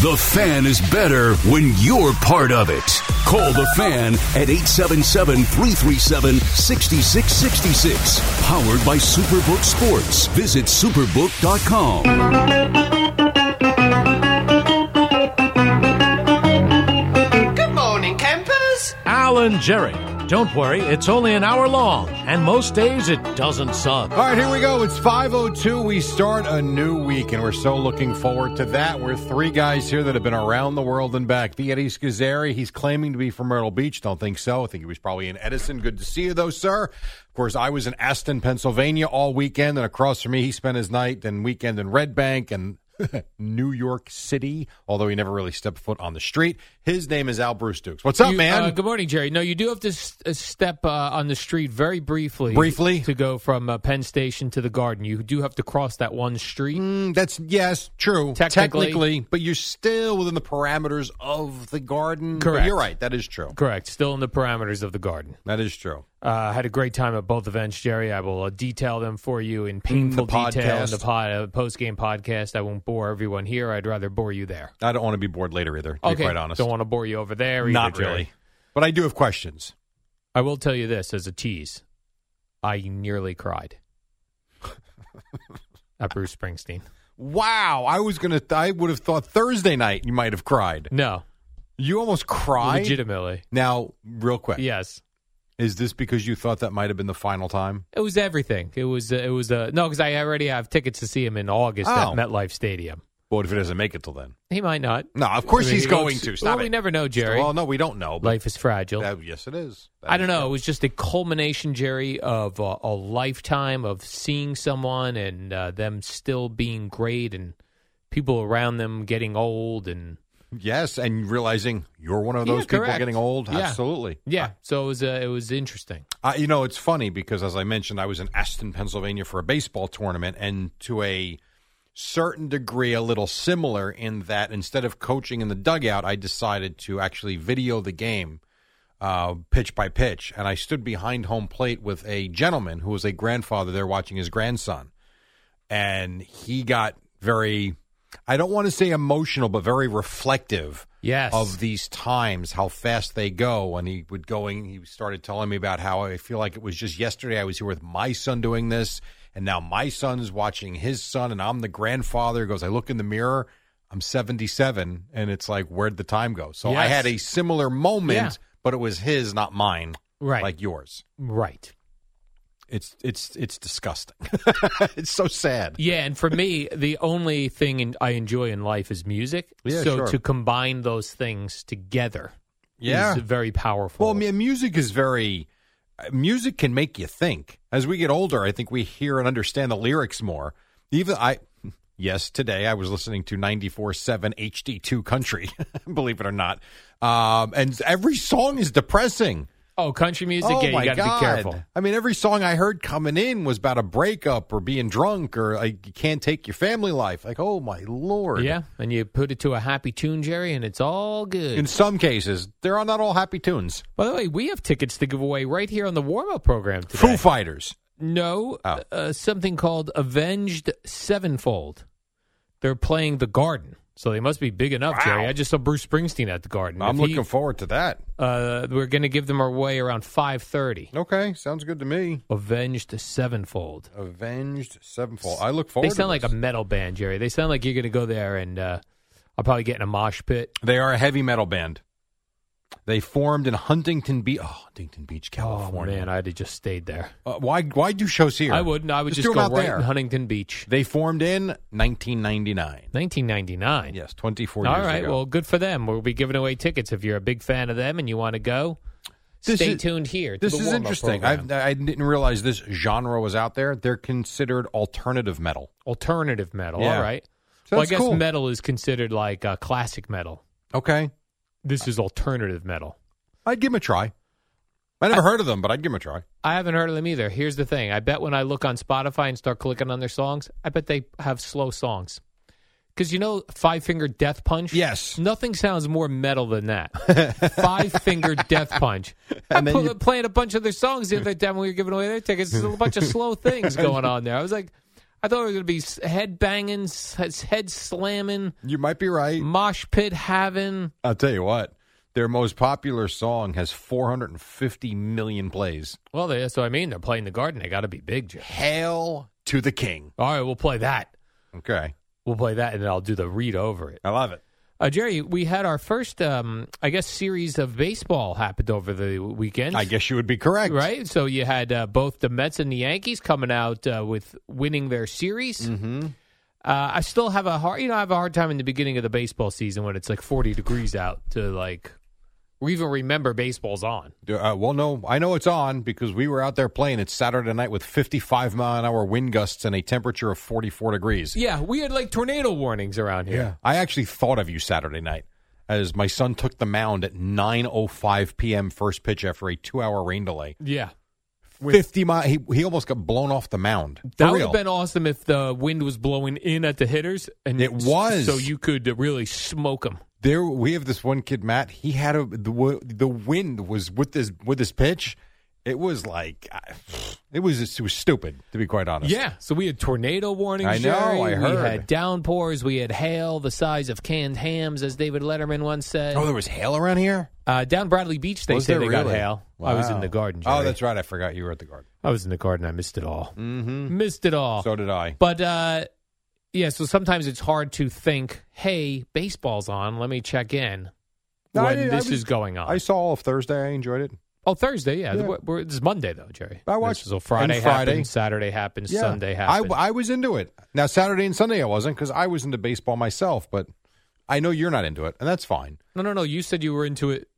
D: The fan is better when you're part of it. Call the fan at 877 337 6666. Powered by Superbook Sports. Visit superbook.com.
E: Alan Jerry. Don't worry, it's only an hour long, and most days it doesn't suck.
C: All right, here we go. It's 502. We start a new week, and we're so looking forward to that. We're three guys here that have been around the world and back. The Eddie Scazzeri, he's claiming to be from Myrtle Beach. Don't think so. I think he was probably in Edison. Good to see you, though, sir. Of course, I was in Aston, Pennsylvania all weekend, and across from me, he spent his night and weekend in Red Bank and New York City, although he never really stepped foot on the street. His name is Al Bruce Dukes. What's up,
B: You-
C: man?
B: uh, good morning, Jerry. No, you do have to s- uh, step uh, on the street very briefly.
C: Briefly?
B: To go from uh, Penn Station to the garden. You do have to cross that one street.
C: Mm, that's yes, true.
B: Technically.
C: but you're still within the parameters of the garden. But
B: Correct.
C: You're right. That is true.
B: Correct. Still in the parameters of the garden.
C: That is true.
B: Uh, had a great time at both events, Jerry. I will uh, detail them for you in painful detail in
C: podcast.
B: the pod, uh, post game podcast. I won't bore everyone here. I'd rather bore you there.
C: I don't want to be bored later either. To be quite honest,
B: Don't want to bore you over there. either,
C: not
B: Jerry.
C: really. But I do have questions.
B: I will tell you this as a tease. I nearly cried at Bruce Springsteen.
C: Wow, I was gonna. I would have thought Thursday night you might have cried.
B: No,
C: You almost cried.
B: legitimately.
C: Now, real quick,
B: Yes,
C: is this because you thought that might have been the final time?
B: it was everything. It was. Uh, it was. Uh, no, because I already have tickets to see him in August
C: Oh.
B: at MetLife Stadium.
C: What if it doesn't make it till then?
B: He might not.
C: No, of course
B: I mean,
C: he's
B: he
C: going
B: looks-
C: to. Stop
B: well, we
C: it.
B: never know, Jerry.
C: Well, no, we don't know. But
B: Life is fragile.
C: that- yes, it is. That
B: I
C: is
B: don't know. It
C: true.
B: was just a culmination, Jerry, of uh, a lifetime of seeing someone and uh, them still being great and people around them getting old and
C: Yes, and realizing you're one of
B: Yeah,
C: those people
B: correct.
C: getting old.
B: Yeah.
C: Absolutely.
B: yeah. So it was. Uh, it was interesting.
C: I, you know, it's funny because as I mentioned, I was in Aston, Pennsylvania for a baseball tournament, and to a certain degree, a little similar in that instead of coaching in the dugout, I decided to actually video the game. Uh, pitch by pitch, and I stood behind home plate with a gentleman who was a grandfather there watching his grandson, and he got very—I don't want to say emotional, but very reflective
B: Yes.
C: of these times, how fast they go. And he would going, he started telling me about how I feel like it was just yesterday I was here with my son doing this, and now my son's watching his son, and I'm the grandfather. He goes, I look in the mirror, I'm 77, and it's like, where'd the time go? So I
B: Yes.
C: had a similar moment,
B: Yeah.
C: but it was his, not mine,
B: Right.
C: Like yours.
B: Right.
C: It's it's it's disgusting. it's so sad.
B: Yeah, and for me, the only thing in, I enjoy in life is music.
C: Yeah,
B: so
C: sure.
B: to combine those things together
C: Yeah.
B: is very powerful.
C: Well, I mean, music is very. uh, Music can make you think. As we get older, I think we hear and understand the lyrics more. Even I, yes, today I was listening to 94.7 HD2 Country, believe it or not. Um, and every song is depressing.
B: oh, country music,
C: oh
B: yeah,
C: my
B: you got to
C: God.
B: be careful.
C: I mean, every song I heard coming in was about a breakup or being drunk or like, you can't take your family life. Like, oh my Lord.
B: Yeah, and you put it to a happy tune, Jerry, and it's all good.
C: In some cases, there are not all happy tunes.
B: By the way, we have tickets to give away right here on the warm up program today.
C: Foo Fighters.
B: No,
C: Oh.
B: uh, something called Avenged Sevenfold. They're playing the Garden, so they must be big enough, Jerry. I just saw Bruce Springsteen at the Garden.
C: I'm
B: If
C: looking
B: he-
C: forward to that.
B: uh, we're going to give them away around five thirty.
C: Okay, sounds good to me.
B: Avenged Sevenfold.
C: Avenged Sevenfold. I look forward.
B: They sound
C: to
B: like
C: this.
B: a metal band, Jerry. They sound like you're going to go there and uh, I'll probably get in a mosh pit.
C: They are a heavy metal band. They formed in Huntington Beach, oh, Huntington Beach,
B: Oh
C: California.
B: man, I'd have just stayed there.
C: Uh, why? Why do shows here?
B: I wouldn't. I would just,
C: do
B: go
C: them out
B: right
C: there.
B: in Huntington Beach.
C: They formed in 1999.
B: 1999.
C: Yes, 24
B: All
C: years
B: right.
C: ago.
B: Well, good for them. We'll be giving away tickets if you're a big fan of them and you want to go.
C: This
B: stay
C: is-
B: tuned here. to
C: this
B: the
C: is
B: warm-up
C: interesting. I,
B: program.
C: I didn't realize this genre was out there. They're considered alternative metal.
B: Alternative metal.
C: Yeah.
B: All right.
C: So
B: well, I
C: that's
B: guess
C: cool.
B: metal is considered like uh, classic metal.
C: Okay,
B: This is alternative metal.
C: I'd give them a try. I never heard of them, but I'd give them a try.
B: I haven't heard of them either. Here's the thing: I bet when I look on Spotify and start clicking on their songs, I bet they have slow songs. Because you know, Five Finger Death Punch.
C: Yes.
B: nothing sounds more metal than that. Five Finger Death Punch.
C: And
B: I
C: then
B: put,
C: you-
B: playing a bunch of their songs the other day when we were giving away their tickets. There's a bunch of slow things going on there. I was like, I thought it was going to be s- head banging, s- head slamming,
C: You might be right.
B: mosh pit having.
C: I'll tell you what, their most popular song has 450 million plays.
B: Well, they, that's what I mean. They're playing the garden. They got to be big. Jeff.
C: Hail to the King.
B: All right, we'll play that.
C: Okay.
B: We'll play that, and then I'll do the read over it.
C: I love it.
B: Uh, Jerry, we had our first, um, I guess, series of baseball happened over the weekend.
C: I guess you would be correct.
B: Right? So you had uh, both the Mets and the Yankees coming out uh, with winning their series. Mm-hmm. Uh, I still have a hard, you know, I have a hard time in the beginning of the baseball season when it's like 40 degrees out to like we even remember baseball's on.
C: Uh, well, no, I know it's on because we were out there playing it Saturday night with 55 mile an hour wind gusts and a temperature of 44 degrees.
B: Yeah, we had like tornado warnings around here.
C: I actually thought of you Saturday night as my son took the mound at 9.05 p.m. first pitch after a two-hour rain delay.
B: Yeah.
C: 50 mile, he, he almost got blown off the mound. For
B: That would
C: real.
B: have been awesome if the wind was blowing in at the hitters, and
C: It was.
B: so you could really smoke them.
C: There, we have this one kid, Matt. He had a the, w- the wind was with this with his pitch. It was like I- it was it was stupid to be quite honest.
B: Yeah, so we had tornado warnings.
C: I know,
B: Jerry.
C: I
B: We
C: heard.
B: had downpours. We had hail the size of canned hams, as David Letterman once said.
C: Oh, there was hail around here.
B: uh, down Bradley Beach, they
C: was
B: say
C: there
B: they got
C: really?
B: hail. I was in
C: Wow.
B: the garden. Jerry.
C: Oh, that's right. I forgot you were at the garden.
B: I was in the garden. I missed it all. Mm-hmm. Missed it all.
C: So did I.
B: but uh, yeah, so sometimes it's hard to think. Hey, baseball's on. Let me check in
C: No, I
B: when
C: didn't- I
B: this
C: was-
B: is going on.
C: I saw all of Thursday. I enjoyed it.
B: Oh, Thursday, yeah.
C: Yeah.
B: We're, we're, it's Monday though, Jerry.
C: I watched-
B: This is- so Friday,
C: and Friday.
B: happens, Saturday happens, Sunday
C: I,
B: happens.
C: I was into it. Now Saturday and Sunday I wasn't because I was into baseball myself. But I know you're not into it, and that's fine.
B: no, no, no. You said you were into it.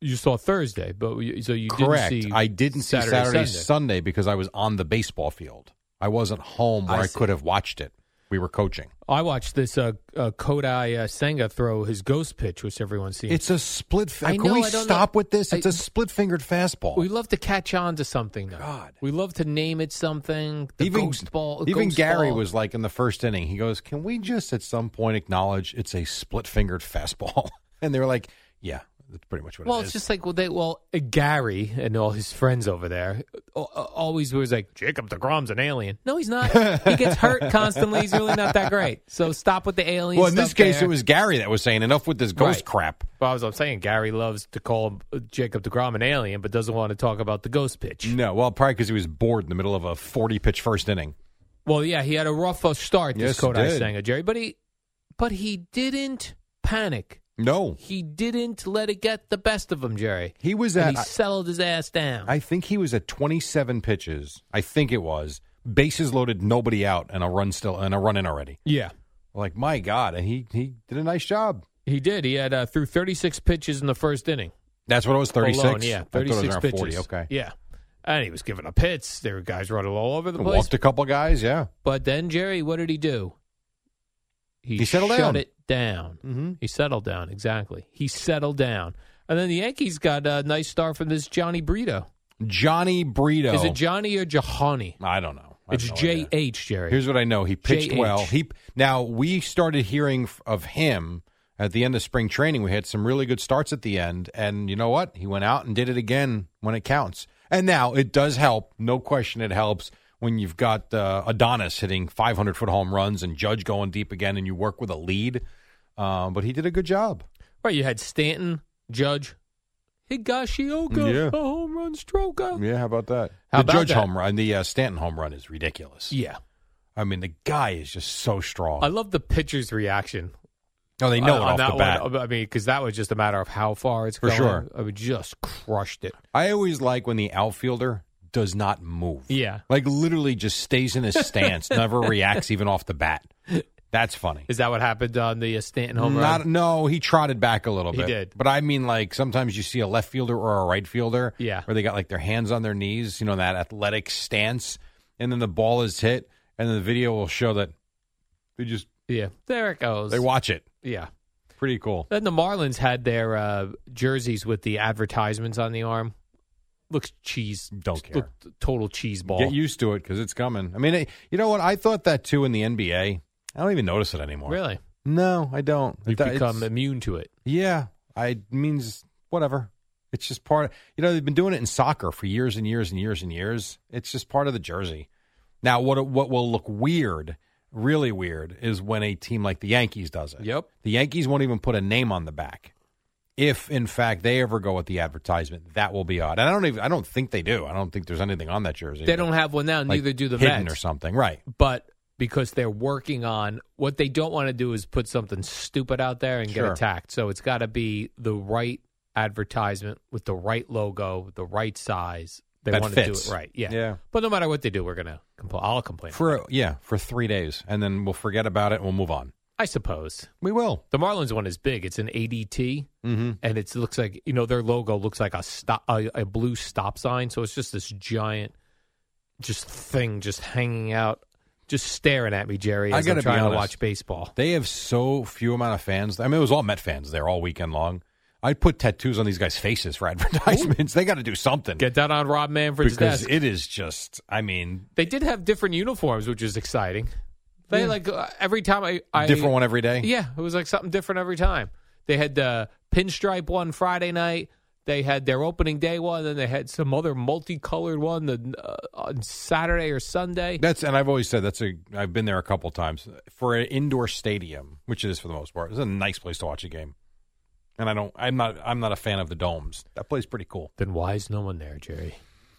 B: You saw Thursday, but you, so you
C: Correct.
B: didn't see.
C: I didn't
B: Saturday,
C: see Saturday,
B: Sunday.
C: Sunday because I was on the baseball field. I wasn't home where
B: I
C: I,
B: see.
C: could have watched it. We were coaching.
B: I watched this uh, uh, Kodai uh, Senga throw his ghost pitch, which everyone's seen.
C: It's a
B: I
C: split. Fi- Can we
B: know, I don't
C: stop
B: know.
C: with this? It's
B: I-
C: a split fingered fastball.
B: we love to catch on to something. Though.
C: God.
B: we love to name it something. The ghost ball.
C: even
B: ghost
C: Gary
B: ball.
C: was like in the first inning. He goes, "Can we just at some point acknowledge it's a split fingered fastball?" And they were like, "Yeah, That's pretty much what
B: Well,
C: it
B: it's
C: is.
B: just like well, they well uh, Gary and all his friends over there uh, uh, always was like Jacob Degrom's an alien. No, he's not. he gets hurt constantly. He's really not that great. So stop with the alien.
C: well, in this
B: stuff
C: case,
B: there.
C: it was Gary that was saying enough with this ghost
B: Right.
C: crap.
B: Well, as I'm saying, Gary loves to call uh, Jacob Degrom an alien, but doesn't want to talk about the ghost pitch.
C: No, well, probably because he was bored in the middle of a forty-pitch first inning.
B: Well, yeah, he had a rough uh, start.
C: Yes,
B: This
C: he
B: Kodai
C: did.
B: Senga, Jerry, but he, but he didn't panic.
C: No,
B: He didn't let it get the best of him, Jerry.
C: he was
B: And he
C: at.
B: settled his ass down.
C: I think he was at 27 pitches. I think it was bases loaded, nobody out, and a run still and a run in already.
B: yeah,
C: Like my God, and he he did a nice job.
B: he did. He had uh, through 36 pitches in the first inning.
C: That's what it was. 36.
B: Alone, yeah,
C: I thought it was
B: 36
C: around
B: pitches.
C: 40, okay.
B: Yeah. And he was giving up hits. There were guys running all over the place.
C: Walked a couple guys. Yeah.
B: But then Jerry, what did he do? He,
C: He settled
B: shut
C: down.
B: it down. Mm-hmm. He settled down exactly. He settled down, and then the Yankees got a nice start from this Johnny Brito.
C: Johnny Brito.
B: Is it Johnny or Johanny?
C: I don't know. I have
B: It's
C: no
B: J
C: idea.
B: H Jerry.
C: Here's what I know. He pitched
B: JH.
C: well. He now we started hearing f- of him at the end of spring training. We had some really good starts at the end, and you know what? He went out and did it again when it counts. And now it does help. No question, it helps when you've got uh, Adonis hitting 500 foot home runs and Judge going deep again, and you work with a lead. Um, but he did a good job.
B: right. You had Stanton, Judge, Higashioka,
C: Yeah.
B: a home run stroker.
C: Yeah, how about that?
B: How
C: the
B: about
C: Judge
B: that?
C: home run, the uh, Stanton home run is ridiculous.
B: Yeah.
C: I mean, the guy is just so strong.
B: I love the pitcher's reaction.
C: oh, they
B: on,
C: know it
B: on
C: off
B: that
C: the bat.
B: one. I mean, because that was just a matter of how far it's
C: For
B: going.
C: sure.
B: I mean, just crushed it.
C: I always like when the outfielder does not move.
B: Yeah.
C: Like literally just stays in his stance, never reacts even off the bat. That's funny.
B: Is that what happened on the uh, Stanton home run?
C: Not, no, he trotted back a little
B: He
C: bit.
B: did.
C: But I mean, like, sometimes you see a left fielder or a right fielder
B: Yeah.
C: where they got like their hands on their knees, you know, that athletic stance. And then the ball is hit, and then the video will show that they just
B: Yeah, there it goes.
C: they watch it.
B: yeah.
C: Pretty cool.
B: Then the Marlins had their uh, jerseys with the advertisements on the arm. Looks cheese.
C: Don't care.
B: Looked total cheese ball.
C: Get used to it because it's coming. I mean, it, you know what? I thought that too in the NBA. I don't even notice it anymore.
B: really?
C: No, I don't.
B: You've
C: It- it's-
B: become immune to it.
C: Yeah, I it means whatever. It's just part. you know, they've been doing it in soccer for years and years and years and years. It's just part of the jersey. Now, what what will look weird, really weird, is when a team like the Yankees does it.
B: Yep.
C: The Yankees won't even put a name on the back. If in fact they ever go with the advertisement, that will be odd. And I don't even. I don't think they do. I don't think there's anything on that jersey.
B: They don't have one now.
C: like,
B: neither do the
C: hidden
B: Mets.
C: or something, right?
B: But because they're working on what they don't want to do is put something stupid out there and
C: Sure.
B: get attacked. So it's got to be the right advertisement with the right logo, the right size. They
C: That
B: want
C: fits.
B: to do it right. Yeah.
C: Yeah.
B: But no matter what they do, we're gonna complain. I'll complain.
C: For yeah, for three days, and then we'll forget about it and we'll move on.
B: I suppose.
C: We will.
B: The Marlins one is big. It's an ADT,
C: Mm-hmm.
B: and it looks like you know their logo looks like a stop, a, a blue stop sign. So it's just this giant, just thing, just hanging out, just staring at me, Jerry.
C: I
B: As
C: gotta
B: I'm
C: be
B: trying to
C: honest.
B: watch baseball.
C: They have so few amount of fans. I mean, it was all Met fans there all weekend long. I'd put tattoos on these guys' faces for advertisements. They got to do something
B: Get that on Rob Manfred's
C: because
B: desk.
C: it is just. I mean,
B: they did have different uniforms, which is exciting. They like uh, every time I, I
C: different one every day.
B: Yeah, it was like something different every time. They had the pinstripe one Friday night. They had their opening day one, then they had some other multicolored one the, uh, on Saturday or Sunday.
C: That's and I've always said that's a. I've been there a couple times for an indoor stadium, which it is for the most part. It's a nice place to watch a game. And I don't. I'm not. I'm not a fan of the domes. That place pretty cool
B: Then why is no one there, Jerry?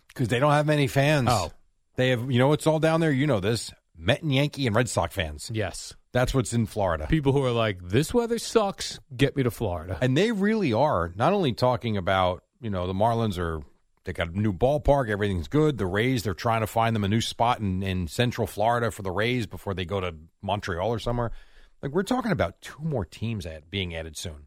C: because they don't have many fans.
B: Oh.
C: they have. You know, it's all down there. You know this. Met and Yankee and Red Sox fans.
B: Yes,
C: That's what's in Florida.
B: people who are like, "This weather sucks. Get me to Florida."
C: And they really are not only talking about, you know, the Marlins are they got a new ballpark, everything's good. The Rays, they're trying to find them a new spot in, in central Florida for the Rays before they go to Montreal or somewhere. Like we're talking about two more teams at being added soon.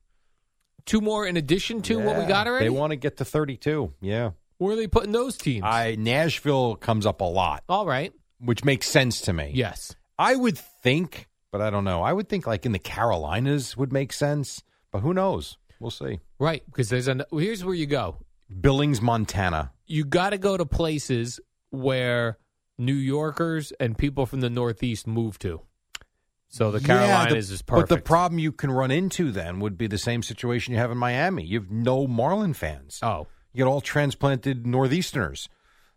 B: Two more in addition to what we got already.
C: They want to get to thirty two. Yeah.
B: Where are they putting those teams?
C: I Nashville comes up a lot,
B: All right.
C: which makes sense to me.
B: Yes.
C: I would think, but I don't know. I would think like in the Carolinas would make sense, but who knows? We'll see.
B: Right, because there's an. well, Here's where you go.
C: Billings, Montana.
B: you got to go to places where New Yorkers and people from the Northeast move to. So the
C: Yeah,
B: Carolinas
C: the-
B: is perfect.
C: But the problem you can run into then would be the same situation you have in Miami. You have no Marlin fans.
B: Oh,
C: You get all transplanted Northeasterners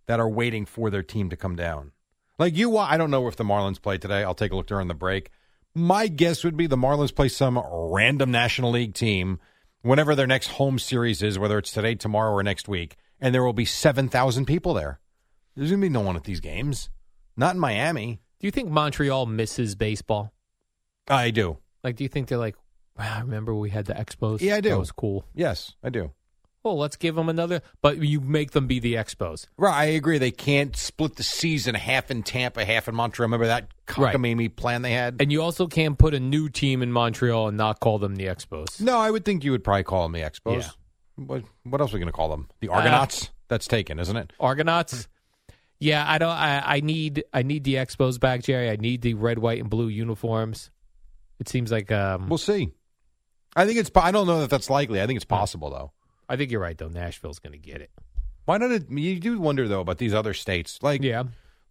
C: that are waiting for their team to come down. Like you, wa- I don't know if the Marlins play today. I'll take a look during the break. My guess would be the Marlins play some random National League team whenever their next home series is, whether it's today, tomorrow, or next week, and there will be 7,000 people there. There's going to be no one at these games. Not in Miami.
B: do you think Montreal misses baseball?
C: I do.
B: Like, do you think they're like, wow, I remember we had the Expos?
C: Yeah, I do.
B: That was cool.
C: Yes, I do.
B: Well, let's give them another. But you make them be the Expos.
C: Right, I agree. They can't split the season half in Tampa, half in Montreal. Remember that
B: Right.
C: cockamamie plan they had?
B: And you also can't put a new team in Montreal and not call them the Expos.
C: No, I would think you would probably call them the Expos.
B: Yeah. Uh,
C: What, what else are we going to call them? The Argonauts? That's taken, isn't it?
B: Argonauts. Yeah, I don't. I, I need. I need the Expos back, Jerry. I need the red, white, and blue uniforms. It seems like. Um,
C: We'll see. I think it's. po- I don't know that that's likely. I think it's possible though.
B: I think you're right, though. Nashville's going to get it.
C: Why not? It, you do wonder though about these other states, like
B: Yeah.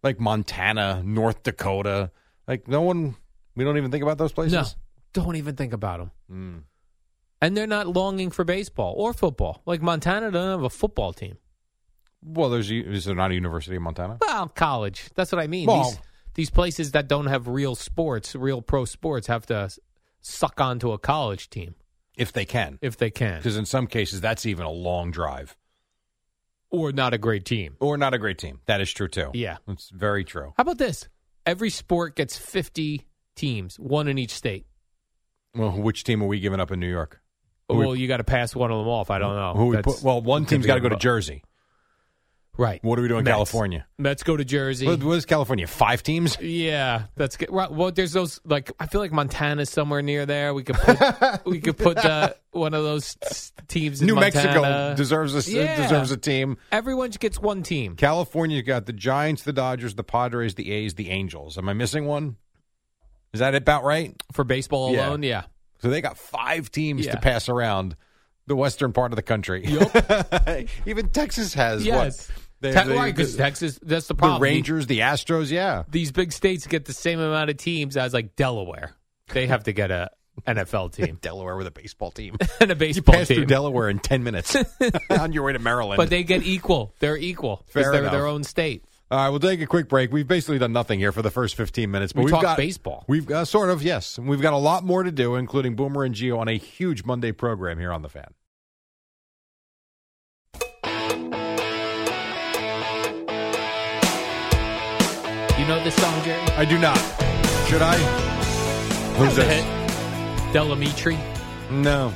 C: like Montana, North Dakota. Like no one, we don't even think about those places.
B: No, don't even think about them.
C: Mm.
B: And they're not longing for baseball or football. Like Montana doesn't have a football team.
C: Well, there's u- is there not a university in Montana?
B: Well, college. That's what I mean.
C: Well-
B: these, these places that don't have real sports, real pro sports, have to s- suck onto a college team
C: If they can,
B: if they can,
C: because in some cases that's even a long drive
B: or not a great team.
C: or not a great team. That is true too.
B: Yeah.
C: it's very true.
B: How about this? Every sport gets 50 teams, one in each state.
C: Well, which team are we giving up in New York? Who we-
B: well, you got to pass one of them off. I don't know.
C: Who we
B: That's-
C: put, well, one
B: that's
C: team's got
B: gonna
C: to
B: be
C: go to
B: about-
C: Jersey.
B: Right.
C: What do we do in
B: Mets.
C: California?
B: Mets go to Jersey.
C: What, what is California? Five teams?
B: Yeah, that's good. Right, Well, there's those like I feel like Montana's somewhere near there. We could put we could put uh, one of those s- teams. In
C: New Mexico
B: Montana.
C: deserves a
B: Yeah.
C: deserves a team.
B: Everyone gets one team.
C: California got the Giants, the Dodgers, the Padres, the A's, the Angels. Am I missing one? Is that about right?
B: for baseball
C: Yeah.
B: alone. Yeah.
C: So they got five teams
B: Yeah.
C: to pass around the western part of the country. Even Texas has
B: Yes.
C: what? They-
B: Te-
C: they-
B: right, 'cause
C: the,
B: Texas. That's the
C: the
B: problem.
C: Rangers, the Astros, yeah.
B: These big states get the same amount of teams as like Delaware. They have to get a NFL team
C: Delaware with a baseball team.
B: and a
C: you
B: baseball
C: pass through
B: team,
C: Delaware in 10 minutes on your way to Maryland.
B: but they get equal. They're equal
C: Fair
B: because they're
C: enough.
B: their own state.
C: All right, we'll take a quick break. We've basically done nothing here for the first 15 minutes, but
B: We
C: have
B: talked
C: got
B: baseball.
C: We've got sort of, yes. We've got a lot more to do, including Boomer and Geo on a huge Monday program here on The Fan.
B: You know this song, Jerry?
C: I do not. Should I? Who's
B: That was a
C: this?
B: hit. Delamitri
C: No.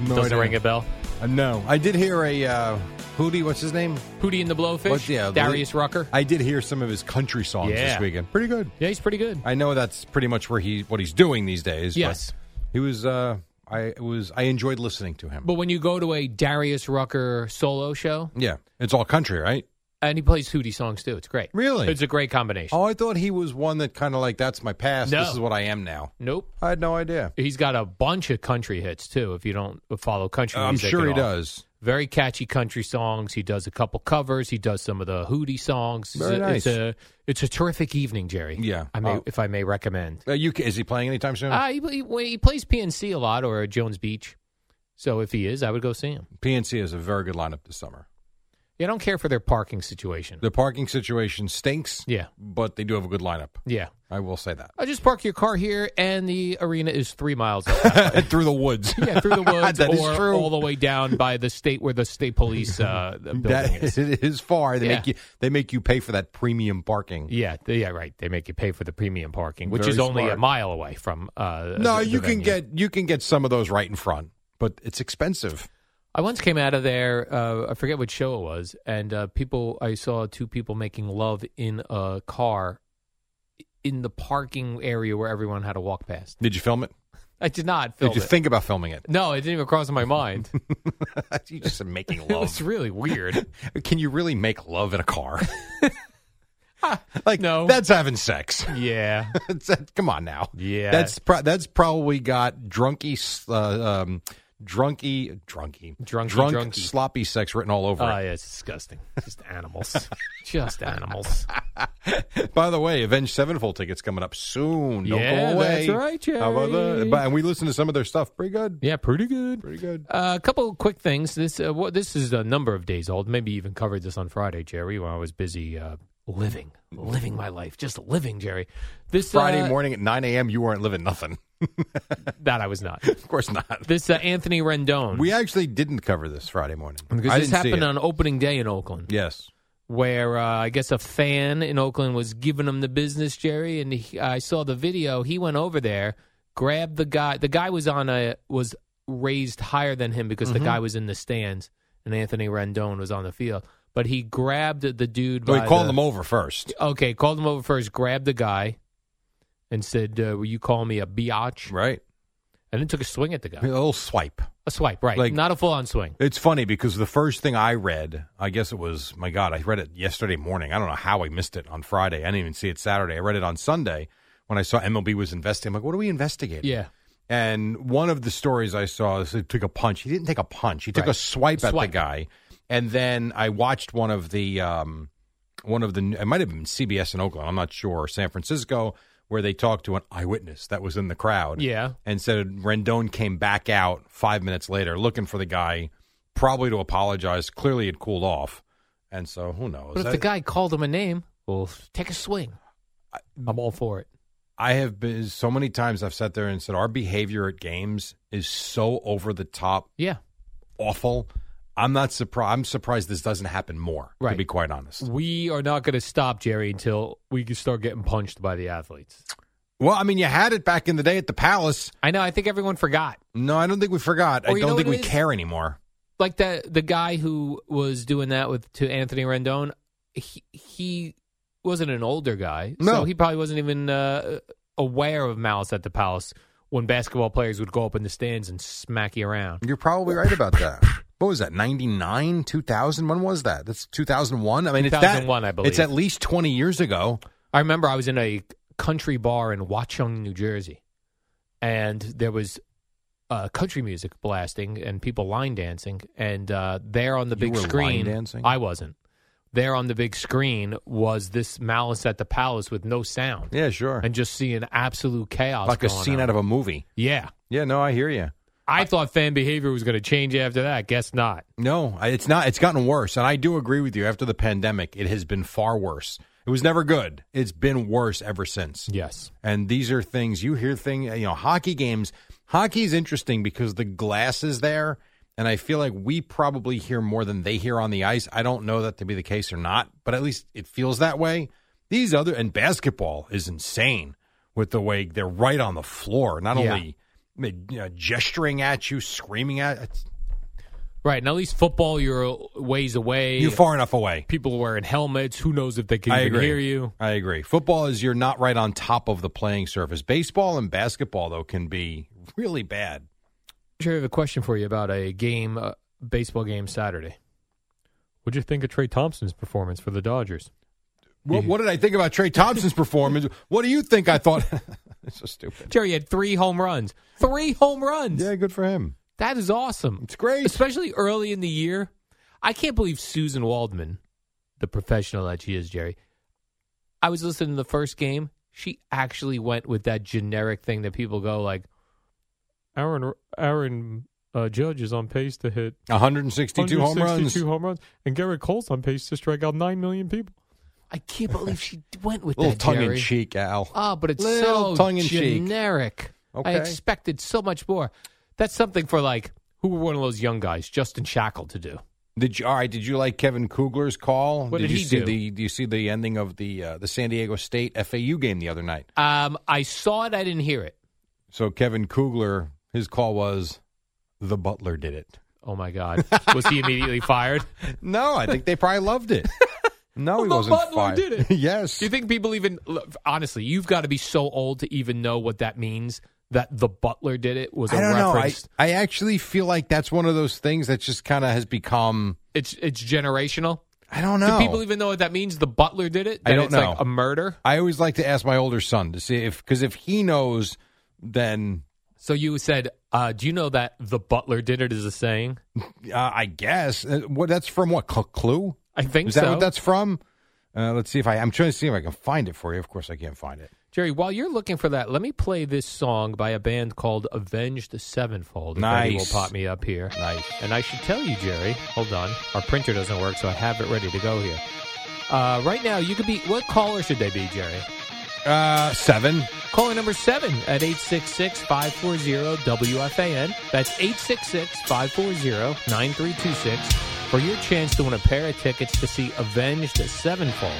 C: No,
B: doesn't
C: idea.
B: ring a bell.
C: Uh, no. I did hear a uh, Hootie, what's his name?
B: Hootie and the Blowfish.
C: What's- yeah,
B: Darius
C: Lee-
B: Rucker.
C: I did hear some of his country songs this
B: Yeah.
C: weekend. Pretty good.
B: yeah, he's pretty good.
C: I know that's pretty much where he what he's doing these days. but
B: Yes.
C: He was uh I was I enjoyed listening to him.
B: But when you go to a Darius Rucker solo show,
C: yeah. It's all country, right?
B: and he plays Hootie songs too, it's great.
C: Really?
B: It's a great combination.
C: Oh, I thought he was one that kind of like that's my past.
B: No.
C: This is what I am now.
B: Nope.
C: I had no idea.
B: He's got a bunch of country hits too. If you don't follow country,
C: I'm
B: music
C: sure
B: at
C: he
B: all.
C: does.
B: Very catchy country songs. He does a couple covers. He does some of the Hootie songs.
C: Very
B: it's,
C: nice.
B: a, it's a it's a terrific evening, Jerry.
C: Yeah.
B: I may,
C: Oh.
B: if I may recommend.
C: Uh, you ca- is he playing anytime soon?
B: Uh, he, he, when he plays PNC a lot or Jones Beach, so if he is, I would go see him.
C: PNC has a very good lineup this summer.
B: Yeah, I don't care for their parking situation.
C: The parking situation stinks.
B: Yeah.
C: but they do have a good lineup.
B: Yeah.
C: I will say that.
B: I just park your car here, and the arena is three miles up.
C: Through the woods.
B: yeah, through the woods,
C: That is
B: or
C: true.
B: all the way down by the state where the state police uh, building
C: That
B: is.
C: it is far. They
B: Yeah.
C: make you they make you pay for that premium parking.
B: Yeah, they- yeah, right. They make you pay for the premium parking, which
C: Very
B: is only a
C: smart.
B: mile away from. Uh,
C: No,
B: the- the
C: you can
B: venue.
C: get you can get some of those right in front, but it's expensive.
B: I once came out of there. Uh, I forget what show it was, and uh, people. I saw two people making love in a car in the parking area where everyone had to walk past.
C: Did you film it?
B: I did not film
C: Did you
B: it.
C: think about filming it?
B: No, it didn't even cross my mind.
C: you just said making
B: it was
C: love.
B: really weird.
C: Can you really make love in a car? Ah, like
B: No.
C: that's having sex.
B: Yeah.
C: It's- that- come on now.
B: Yeah.
C: that's pro- that's probably got drunky, s- uh, um, drunky, drunky,
B: Drunky,
C: drunk,
B: drunky.
C: sloppy sex written all over
B: Oh,
C: it.
B: yeah, it's disgusting. Just animals. Just animals.
C: By the way, Avenged Sevenfold tickets coming up soon. Don't
B: Yeah,
C: go away.
B: that's right, Jerry.
C: How about that? But- And we listen to some of their stuff. Pretty good.
B: Yeah, pretty good.
C: Pretty good.
B: Uh, a couple of quick things. This uh, wha- this is a number of days old. Maybe even covered this on Friday, Jerry, when I was busy uh, living, living my life, just living, Jerry. This uh,
C: Friday morning at 9 a.m., you weren't living nothing.
B: that I was not.
C: Of course not.
B: This uh, Anthony Rendon.
C: We actually didn't cover this Friday morning.
B: because
C: I
B: this
C: didn't see
B: happened
C: it.
B: on opening day in Oakland,
C: Yes.
B: where uh, I guess a fan in Oakland was giving him the business, Jerry, and he, I saw the video. He went over there, grabbed the guy. The guy was on a was raised higher than him because
C: Mm-hmm.
B: the guy was in the stands, and Anthony Rendon was on the field. But he grabbed the dude.
C: So we
B: by
C: Oh, called
B: the-
C: them over first.
B: Okay, called him over first, grabbed the guy, and said, uh, "Will you call me a biatch?"
C: Right.
B: And then took a swing at the
C: A
B: guy.
C: little swipe.
B: A swipe, right?
C: Like-
B: Not a full on swing.
C: It's funny because the first thing I read, I guess it was, my God, I read it yesterday morning. I don't know how I missed it on Friday. I didn't even see it Saturday. I read it on Sunday when I saw MLB was investigating. I'm like, what are we investigating?
B: Yeah.
C: And one of the stories I saw is he took a punch. He didn't take a punch. He took
B: Right.
C: a swipe at
B: Swipe.
C: the guy. And then I watched one of the um, one of the it might have been CBS in Oakland. I'm not sure. San Francisco, where they talked to an eyewitness that was in the crowd.
B: Yeah.
C: and said Rendon came back out five minutes later looking for the guy, probably to apologize. Clearly, it cooled off. And so who knows?
B: But if the guy called him a name, well, take a swing. I'm all for it.
C: I have been so many times I've sat there and said our behavior at games is so over the top
B: Yeah.
C: awful. I'm not surprised. I'm surprised this doesn't happen more. To
B: Right.
C: be quite honest.
B: We are not going to stop, Jerry, until we can start getting punched by the athletes.
C: Well, I mean, you had it back in the day at the Palace.
B: I know. I think everyone forgot.
C: No, I don't think we forgot.
B: Or
C: I
B: you know
C: don't think
B: what
C: we
B: it is?
C: care anymore.
B: Like the, the guy who was doing that with to Anthony Rendon, he, he wasn't an older guy.
C: No.
B: So he probably wasn't even uh, aware of malice at the palace when basketball players would go up in the stands and smack you around.
C: You're probably right about that. What was that? 99, 2000? When was that? That's 2001. I mean, it's that-
B: 2001, I believe.
C: It's at least 20 years ago.
B: I remember I was in a country bar in Watchung, New Jersey, and there was uh, country music blasting and people line dancing. And uh, there on the
C: You
B: big
C: were line
B: screen,
C: dancing?
B: I wasn't. There on the big screen was this Malice at the Palace with no sound
C: Yeah, sure.
B: and just seeing absolute chaos.
C: like a
B: going
C: scene
B: on.
C: out of a movie.
B: yeah.
C: Yeah, no, I hear you.
B: I, thought fan behavior was going to change after that. Guess not.
C: No, I- it's not. It's gotten worse, and I do agree with you. After the pandemic, it has been far worse. It was never good. It's been worse ever since.
B: Yes.
C: And these are things you hear thing you know, hockey games. Hockey is interesting because the glass is there, and I feel like we probably hear more than they hear on the ice. I don't know that to be the case or not, but at least it feels that way. These other and basketball is insane with the way they're right on the floor, not
B: Yeah.
C: only I mean, you know, gesturing at you, screaming at it's-
B: Right. And at least football, you're a ways away.
C: you're far enough away.
B: People are wearing helmets. Who knows if they can
C: I
B: even
C: agree.
B: hear you?
C: I agree. Football is you're not right on top of the playing surface. Baseball and basketball though can be really bad.
B: Jerry, I have a question for you about a game, uh, baseball game Saturday. What'd you think of Trey Thompson's performance for the Dodgers?
C: What, what did I think about Trey Thompson's performance? What do you think I thought? it's so stupid.
B: Jerry had three home runs. Three home runs.
C: Yeah, good for him.
B: That is awesome.
C: It's great.
B: Especially early in the year. I can't believe Susan Waldman, the professional that she is, Jerry. I was listening to the first game. She actually went with that generic thing that people go like, Aaron Aaron uh, Judge is on pace to hit
C: 162 home runs.
B: 162 home runs, and Garrett Cole's on pace to strike out nine million people. I can't believe she went with
C: little
B: that.
C: tongue
B: Jerry.
C: in cheek, Al.
B: Ah, but it's
C: Little
B: so
C: tongue-in-cheek.
B: generic. I
C: Okay.
B: expected so much more. That's something for like who were one of those young guys, Justin Shackle, to do.
C: Did you all right? Did you like Kevin Kugler's call?
B: What did
C: you
B: he
C: see
B: do?
C: the? Do you see the ending of the uh, the San Diego State FAU game the other night?
B: Um, I saw it. I didn't hear it.
C: So Kevin Kugler, his call was, the Butler did it.
B: Oh my God! Was he immediately fired?
C: No, I think they probably loved it. No,
B: Well,
C: he
B: the
C: wasn't
B: butler
C: fired.
B: did it.
C: yes.
B: Do you think people even look, honestly? You've got to be so old to even know what that means. That the butler did it was a
C: I don't know. I,
B: reference.
C: I actually feel like that's one of those things that just kind of has become.
B: It's it's generational.
C: I don't
B: Do
C: know.
B: people even know what that means? The butler did it.
C: I
B: That
C: don't
B: it's Like
C: know.
B: a murder.
C: I always like to ask my older son to see if because if he knows, then
B: So you said, uh, do you know that the butler did it is a saying?
C: uh, I guess uh, what that's from. What Cl- Clue?
B: I think
C: Is that
B: so.
C: what that's from? Uh, let's see if I. I'm trying to see if I can find it for you. Of course, I can't find it.
B: Jerry, while you're looking for that, let me play this song by a band called Avenged Sevenfold. If Eddie
C: Nice.
B: will pop me up here.
C: Nice.
B: And I should tell you, Jerry, hold on. Our printer doesn't work, so I have it ready to go here. Uh, right now, you could be. What caller should they be, Jerry?
C: Uh, seven.
B: Caller number seven at 866 540 WFAN. That's 866 540 9326 for your chance to win a pair of tickets to see Avenged Sevenfold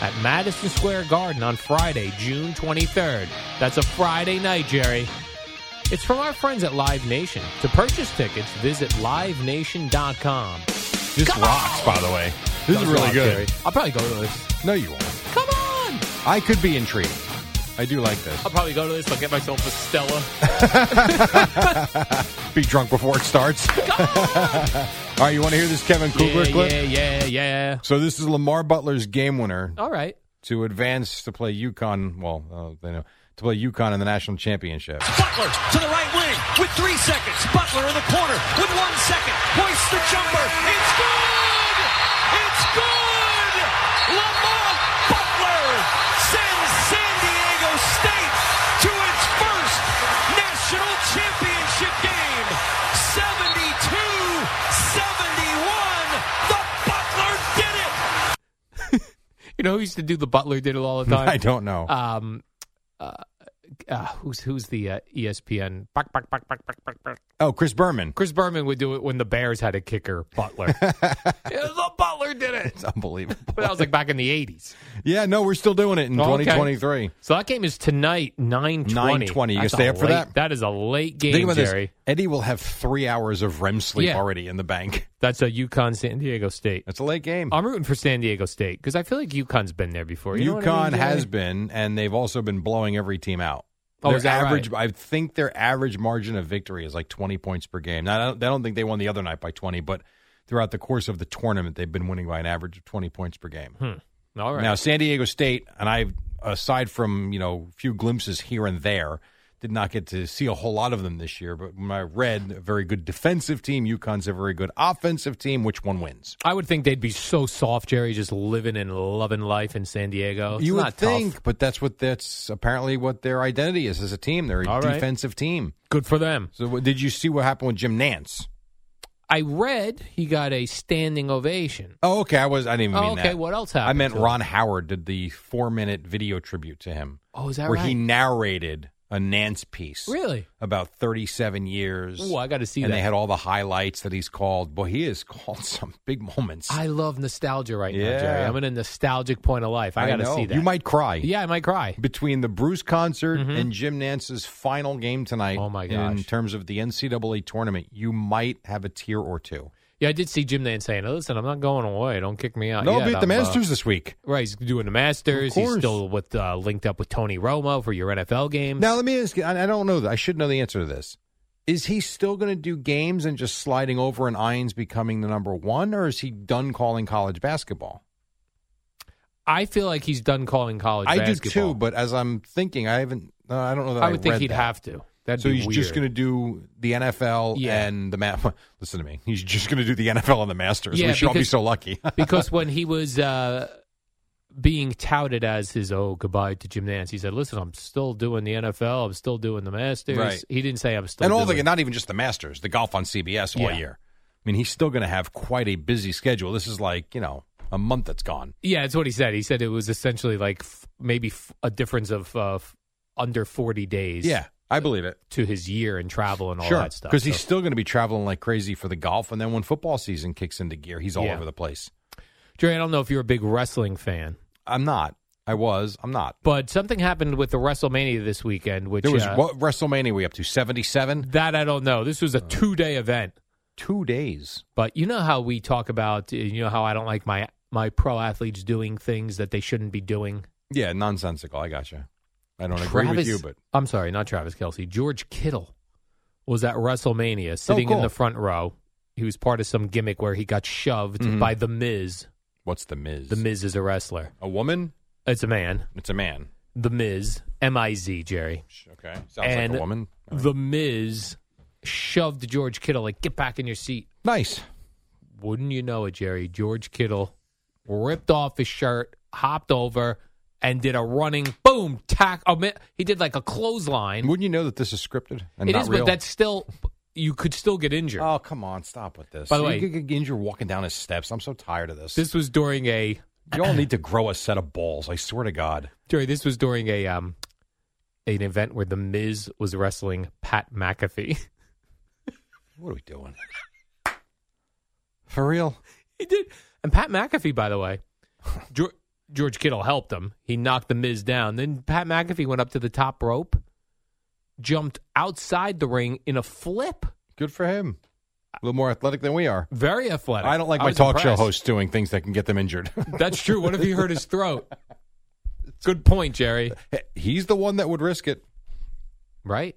B: at Madison Square Garden on Friday, June 23rd. That's a Friday night, Jerry. It's from our friends at Live Nation. To purchase tickets, visit livenation.com.
C: This rocks, by the way. This is
B: Does
C: really
B: rock,
C: good.
B: Jerry. I'll probably go to this.
C: No, you won't.
B: Come on!
C: I could be intrigued. I do like this.
B: I'll probably go to this. I'll get myself a Stella.
C: Be drunk before it starts. All right, you want to hear this Kevin
B: Yeah,
C: Kugler clip?
B: yeah, yeah, yeah.
C: So this is Lamar Butler's game winner
B: All right.
C: to advance to play UConn. Well, uh, they know to play UConn in the national championship.
F: Butler to the right wing with three seconds. Butler in the corner with one second. Hoists the jumper. It's good! It's good! Lamar Butler sends San Diego State to its first national championship game. 72 71. The Butler did it!
B: You know who used to do the Butler did it all the time?
C: I don't know.
B: Um, uh, uh, who's who's the uh, ESPN? Buck, buck, buck, buck, buck, buck, buck.
C: oh, Chris Berman.
B: Chris Berman would do it when the Bears had a kicker, Butler. Yeah, the Butler did it.
C: It's unbelievable.
B: But that was like back in the eighties.
C: yeah, no, we're still doing it in
B: Okay.
C: 2023.
B: So that game is tonight, nine twenty.
C: 9:20. You gonna stay up for that?
B: That is a late game,
C: Think about
B: Jerry.
C: this. Eddie will have three hours of REM sleep
B: Yeah.
C: already in the bank.
B: That's a UConn San Diego State.
C: That's a late game.
B: I'm rooting for San Diego State because I feel like UConn's been there before. You know what I
C: UConn
B: mean, Jerry?
C: has been, and they've also been blowing every team out.
B: Oh,
C: their
B: is that
C: average, I think their average margin of victory is like 20 points per game. Now, I don't, I don't think they won the other night by 20, but throughout the course of the tournament, they've been winning by an average of 20 points per game.
B: all Hmm. right.
C: Now, San Diego State, and I, aside from you know a few glimpses here and there, did not get to see a whole lot of them this year. But when I read, a very good defensive team. UConn's a very good offensive team. Which one wins?
B: I would think they'd be so soft, Jerry, just living and loving life in San Diego. Oh, It's
C: you
B: not
C: would think,
B: tough.
C: but that's what that's apparently what their identity is as a team. They're a
B: All right.
C: defensive team.
B: Good for them.
C: So, what- did you see what happened with Jim Nance?
B: I read he got a standing ovation.
C: Oh, okay. I was. I didn't even
B: Oh,
C: mean
B: okay,
C: that.
B: what else
C: I
B: happened
C: meant
B: to him?
C: Ron Howard did the four-minute video tribute to him,
B: Oh, is that
C: where
B: right?
C: he narrated a Nance piece.
B: really?
C: about 37 years.
B: Oh, I got to see
C: and
B: that.
C: they had all the highlights that he's called. Boy, he has called some big moments.
B: I love nostalgia right now,
C: Yeah.
B: Jerry. I'm in a nostalgic point of life. I, got to
C: know.
B: see that.
C: You might cry.
B: Yeah, I might cry.
C: Between the Bruce concert and Jim Nance's final game tonight,
B: Mm-hmm. Oh, my
C: in
B: gosh.
C: terms of the NCAA tournament, you might have a tear or two.
B: Yeah, I did see Jim Nance saying, "Listen, I'm not going away. Don't kick me out."
C: no,
B: yet.
C: be at the
B: I'm, uh,
C: Masters this week.
B: right, he's doing the Masters.
C: Of
B: He's
C: course.
B: still with uh, linked up with Tony Romo for your NFL games.
C: Now, let me ask you. I I don't know. that. I should know the answer to this. Is he still going to do games and just sliding over and Irons becoming the number one, or is he done calling college basketball?
B: I feel like he's done calling college.
C: I
B: basketball.
C: do too, but as I'm thinking, I haven't. Uh, I don't know that
B: I would think
C: read
B: he'd
C: that.
B: have to. That'd
C: So
B: be
C: he's just
B: weird.
C: going to do the NFL
B: Yeah.
C: and the ma- Listen to me. He's just going to do the NFL and the Masters.
B: Yeah,
C: we should all be
B: because-
C: so lucky.
B: because when he was uh, being touted as his oh goodbye to Jim Nance, he said, "Listen, I'm still doing the NFL. I'm still doing the Masters."
C: Right.
B: He didn't say I'm still.
C: and all the
B: doing
C: not even just the Masters, the golf on CBS all
B: Yeah.
C: year. I mean, he's still going to have quite a busy schedule. This is like you know a month that's gone.
B: Yeah, that's what he said. He said it was essentially like f- maybe f- a difference of uh, f- under forty days.
C: Yeah, I believe it.
B: To his year and travel and all
C: sure,
B: that stuff.
C: because
B: So-
C: he's still going to be traveling like crazy for the golf, and then when football season kicks into gear, he's all
B: Yeah.
C: over the place.
B: Jerry, I don't know if you're a big wrestling fan,
C: I'm not. I was. I'm not.
B: but something happened with the WrestleMania this weekend, which
C: There was
B: uh,
C: what WrestleMania we up to seventy seven.
B: that I don't know. This was a two day event.
C: Two days.
B: But you know how we talk about uh, you know how I don't like my my pro athletes doing things that they shouldn't be doing.
C: Yeah, nonsensical. I gotcha. I don't agree with
B: Travis-
C: you, but
B: I'm sorry, not Travis Kelsey. George Kittle was at WrestleMania, sitting in
C: Oh, cool.
B: the front row. He was part of some gimmick where he got shoved
C: Mm-hmm.
B: by the Miz.
C: what's the Miz?
B: The Miz is a wrestler.
C: A woman?
B: It's a man.
C: It's a man.
B: The Miz, M I Z, Jerry.
C: Okay. Sounds
B: And-
C: like a woman.
B: The Miz shoved George Kittle like get back in your seat.
C: Nice.
B: Wouldn't you know it, Jerry? George Kittle ripped off his shirt, hopped over, and did a running boom tack. a mi- He did like a clothesline.
C: Wouldn't you know that this is scripted and
B: It
C: not
B: is,
C: real?
B: but that's still you could still get injured.
C: Oh, come on. Stop with this.
B: By the
C: You
B: way-
C: could get injured walking down his steps. I'm so tired of this.
B: This was during a
C: you all need to grow a set of balls. I swear to God.
B: Jerry, this was during a um an event where the Miz was wrestling Pat McAfee.
C: What are we doing? For real?
B: he did, and Pat McAfee, by the way, George, George Kittle helped him. He knocked the Miz down. Then Pat McAfee went up to the top rope, jumped outside the ring in a flip.
C: Good for him. A little more athletic than we are.
B: Very athletic.
C: I don't like my
B: was
C: talk show
B: impressed.
C: hosts doing things that can get them injured.
B: That's true. What if he hurt his throat? Good point, Jerry.
C: He's the one that would risk it.
B: Right?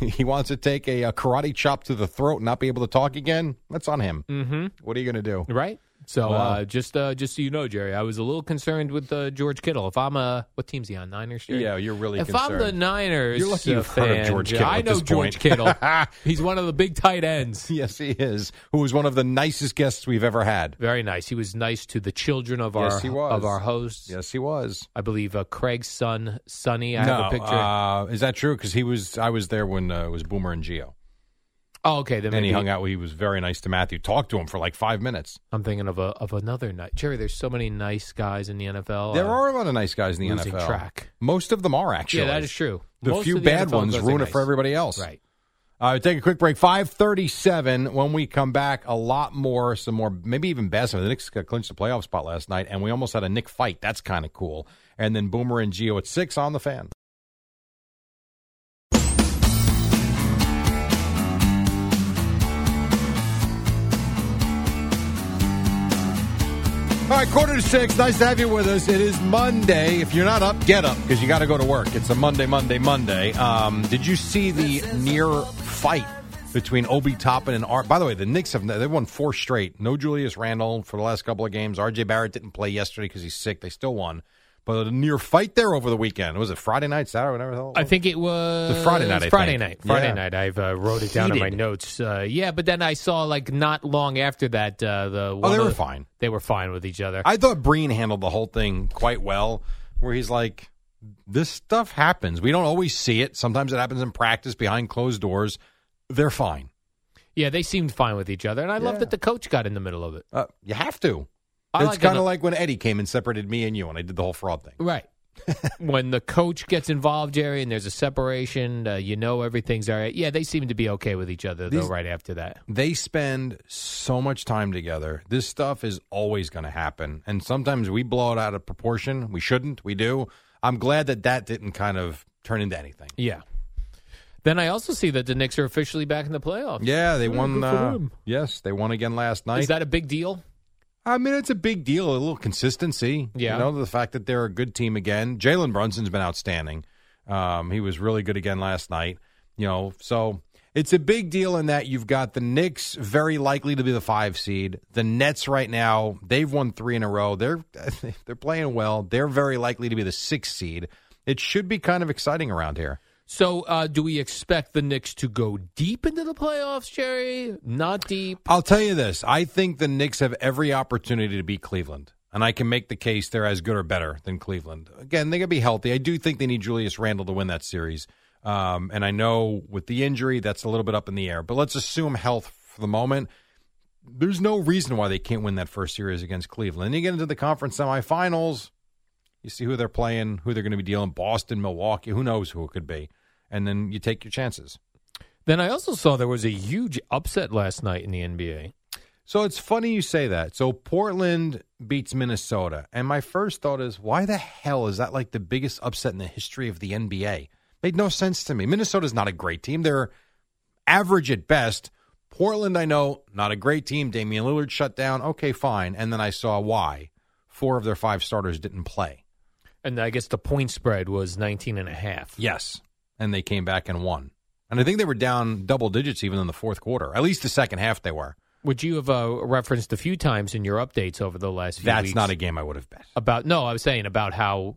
C: He wants to take a, uh karate chop to the throat and not be able to talk again. That's on him.
B: Mm-hmm.
C: What are you going to do?
B: Right. So
C: Wow.
B: uh, just uh, just so you know, Jerry, I was a little concerned with uh, George Kittle. If I'm a what team's he on? Niners. Jerry?
C: Yeah, you're really
B: If I'm
C: concerned.
B: the Niners,
C: You're lucky
B: uh,
C: you've heard of
B: fan,
C: George
B: Jer-
C: Kittle
B: I
C: at
B: know
C: this
B: George
C: point.
B: Kittle. He's one of the big tight ends.
C: Yes, he is. Who was one of the nicest guests we've ever had.
B: Very nice. He was nice to the children of
C: Yes,
B: our
C: he was.
B: of our hosts.
C: Yes, he was.
B: I believe uh, Craig's son, Sonny. I
C: no,
B: have a picture.
C: Uh, is that true? Because he was. I was there when uh, it was Boomer and Geo,
B: oh, okay. Then
C: and he
B: maybe-
C: hung out. He was very nice to Matthew. Talked to him for like five minutes.
B: I'm thinking of a of another night, Jerry. There's so many nice guys in the NFL.
C: there
B: I'm
C: are a lot of nice guys in the
B: uh, losing
C: NFL.
B: track.
C: Most of them are actually.
B: Yeah, that is true.
C: The
B: Most
C: few
B: of
C: bad
B: NFL
C: ones
B: goes
C: ruin
B: nice.
C: it for everybody else.
B: Right.
C: Uh, take a quick break. Five thirty-seven. When we come back, a lot more, some more, maybe even basketball. The Knicks got clinched the playoff spot last night, and we almost had a Nick fight. That's kind of cool. And then Boomer and Geo at six on the fan. All right, quarter to six. Nice to have you with us. It is Monday. If you're not up, get up because you got to go to work. It's a Monday, Monday, Monday. Um, did you see the near fight between Obi Toppin and Art? By the way, the Knicks have they won four straight. No Julius Randle for the last couple of games. R.J. Barrett didn't play yesterday because he's sick. They still won, but a near fight there over the weekend. Was it Friday night, Saturday, whatever the hell? it
B: I
C: was?
B: think it was
C: The Friday night, I
B: Friday
C: think.
B: night. Friday
C: Yeah.
B: night. I've uh, wrote it down in my
C: Heated.
B: notes. Uh, yeah, but then I saw like not long after that uh, the one
C: Oh, they
B: of
C: were
B: the-
C: fine.
B: They were fine with each other.
C: I thought Breen handled the whole thing quite well, where he's like, this stuff happens. We don't always see it. Sometimes it happens in practice behind closed doors. They're fine.
B: yeah, they seemed fine with each other, and I love
C: Yeah.
B: that the coach got in the middle of it.
C: Uh, you have to.
B: I
C: it's
B: like
C: kind
B: it.
C: of like when Eddie came and separated me and you, and I did the whole fraud thing.
B: Right. when the coach gets involved, Jerry, and there's a separation, uh, you know everything's all right. Yeah, they seem to be okay with each other though.
C: These-
B: Right after that,
C: They spend so much time together. This stuff is always going to happen. And sometimes we blow it out of proportion. We shouldn't. We do. I'm glad that that didn't kind of turn into anything.
B: yeah. Then I also see that the Knicks are officially back in the playoffs.
C: Yeah, they won.
B: good for
C: Uh,
B: them.
C: yes, they won again last night.
B: Is that a big deal?
C: I mean, it's a big deal. A little consistency.
B: Yeah.
C: You know, the fact that they're a good team again. Jalen Brunson's been outstanding. Um, he was really good again last night. You know, so it's a big deal in that you've got the Knicks very likely to be the five seed. The Nets right now, they've won three in a row. They're they're playing well. They're very likely to be the sixth seed. It should be kind of exciting around here.
B: So, uh, do we expect the Knicks to go deep into the playoffs, Jerry? Not deep.
C: I'll tell you this. I think the Knicks have every opportunity to beat Cleveland. And I can make the case they're as good or better than Cleveland. Again, they got to be healthy. I do think they need Julius Randle to win that series. Um, and I know with the injury, that's a little bit up in the air. But let's assume health for the moment. There's no reason why they can't win that first series against Cleveland. you get into the conference semifinals, you see who they're playing, who they're going to be dealing Boston, Milwaukee, who knows who it could be. And then you take your chances.
B: Then I also saw there was a huge upset last night in the NBA.
C: So it's funny you say that. So Portland beats Minnesota. And my first thought is, why the hell is that like the biggest upset in the history of the NBA? Made no sense to me. Minnesota's not a great team. They're average at best. Portland, I know, not a great team. Damian Lillard shut down. Okay, fine. And then I saw why. Four of their five starters didn't play.
B: And I guess the point spread was 19 and a half.
C: Yes. And they came back and won. And I think they were down double digits even in the fourth quarter. At least the second half they were.
B: Which you have uh, referenced a few times in your updates over the last few
C: That's
B: weeks.
C: not a game I would have bet.
B: About, no, I was saying about how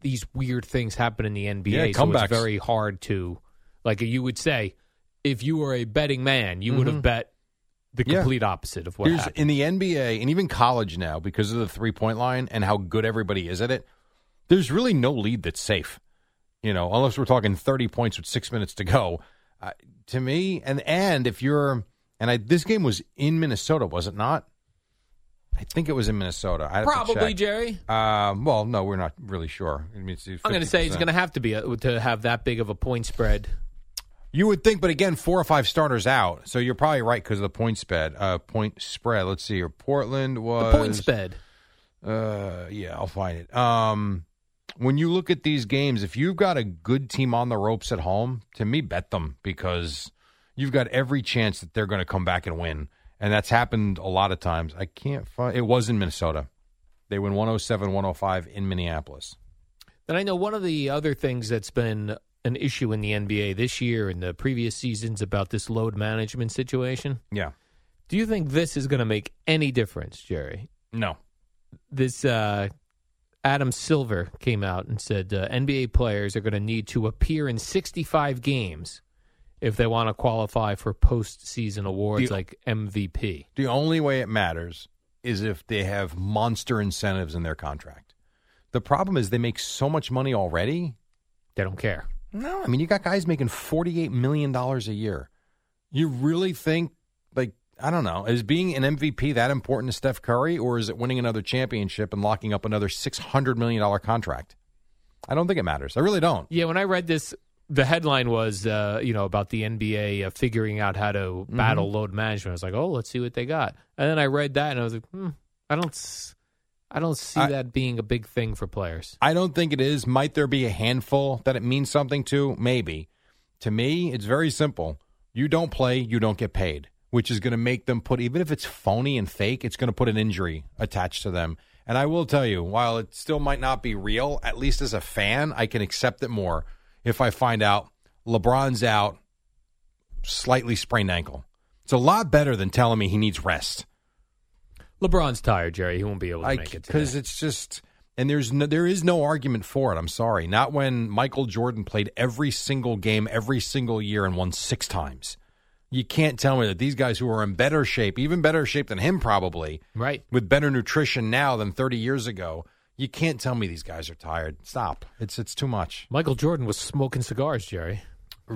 B: these weird things happen in the NBA.
C: Yeah,
B: so
C: comebacks.
B: it's very hard to, like you would say, if you were a betting man, you would have bet the
C: Mm-hmm. Yeah.
B: complete opposite of what
C: There's-
B: happened.
C: in the NBA and even college now because of the three point line and how good everybody is at it. There's really no lead that's safe, you know, unless we're talking 30 points with six minutes to go. Uh, to me, and and if you're and I this game was in Minnesota, was it not? I think it was in Minnesota. I
B: Probably, Jerry.
C: Um, well, no, we're not really sure. I mean, it's
B: I'm going to say it's
C: 50%.
B: going to have to be a, to have that big of a point spread.
C: You would think, but again, four or five starters out, so you're probably right because of the point spread. Uh, point spread. Let's see here. Portland
B: The
C: was
B: point spread.
C: Uh, yeah, I'll find it. Um, when you look at these games, if you've got a good team on the ropes at home, to me, bet them because you've got every chance that they're going to come back and win, and that's happened a lot of times. I can't find. It was in Minnesota. They win 107 105 in Minneapolis.
B: Then I know one of the other things that's been an issue in the NBA this year and the previous seasons about this load management situation.
C: Yeah.
B: Do you think this is going to make any difference, Jerry?
C: No.
B: This uh, Adam Silver came out and said uh, NBA players are going to need to appear in 65 games if they want to qualify for postseason awards
C: The-
B: like MVP.
C: The only way it matters is if they have monster incentives in their contract. The problem is they make so much money already.
B: They don't care.
C: No, I mean you got guys making forty-eight million dollars a year. You really think like I don't know, is being an MVP that important to Steph Curry, or is it winning another championship and locking up another six hundred million dollar contract? I don't think it matters. I really don't.
B: Yeah, when I read this, the headline was, uh, you know, about the NBA uh, figuring out how to
C: Mm-hmm.
B: battle load management. I was like, oh, let's see what they got. And then I read that, and I was like, hmm, I don't, s- I don't see
C: I-
B: that being a big thing for players.
C: I don't think it is. Might there be a handful that it means something to? Maybe. To me, it's very simple. You don't play, you don't get paid, which is going to make them put, even if it's phony and fake, it's going to put an injury attached to them. And I will tell you, while it still might not be real, at least as a fan, I can accept it more if I find out LeBron's out, slightly sprained ankle. It's a lot better than telling me he needs rest.
B: LeBron's tired, Jerry. He won't be able to make it
C: Because
B: today.
C: it's just, and there's no, there is no argument for it. I'm sorry. Not when Michael Jordan played every single game, every single year, and won six times. You can't tell me that these guys who are in better shape, even better shape than him, probably
B: Right.
C: with better nutrition now than 30 years ago. You can't tell me these guys are tired. Stop. It's it's too much.
B: Michael Jordan was smoking cigars, Jerry,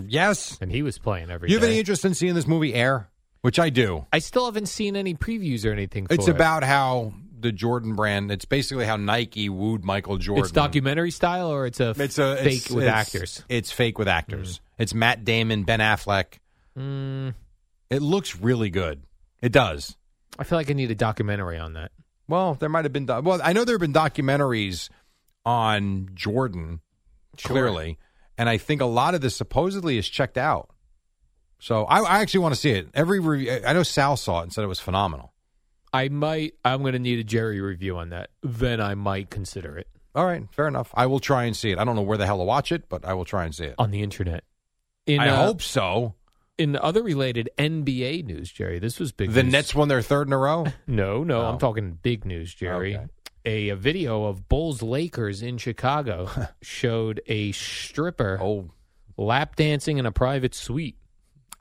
C: Yes.
B: and he was playing every
C: You have
B: day.
C: any interest in seeing this movie Air? Which I do.
B: I still haven't seen any previews or anything. For
C: It's
B: it.
C: about how the Jordan brand. It's basically how Nike wooed Michael Jordan.
B: It's documentary style, or it's a f-
C: It's a
B: fake
C: it's-
B: with
C: it's-
B: actors.
C: It's fake with actors. It's Matt Damon, Ben Affleck.
B: Mm,
C: It looks really good. It does.
B: I feel like I need a documentary on that.
C: Well, there might have been. doc well, I know there have been documentaries on Jordan, clearly, and I think a lot of this supposedly is checked out. So I, I actually want to see it. Every review, I know Sal saw it and said it was phenomenal.
B: I might. I'm going to need a Jerry review on that. Then I might consider it
C: All right, fair enough. I will try and see it. I don't know where the hell to watch it, but I will try and see it.
B: on the internet. In,
C: I
B: uh,
C: hope so.
B: In other related NBA news, Jerry, this was big.
C: The
B: news.
C: Nets won their third in a row.
B: No, no,
C: Oh.
B: I'm talking big news, Jerry.
C: Okay.
B: A, a video of Bulls Lakers in Chicago showed a stripper
C: Oh,
B: lap dancing in a private suite.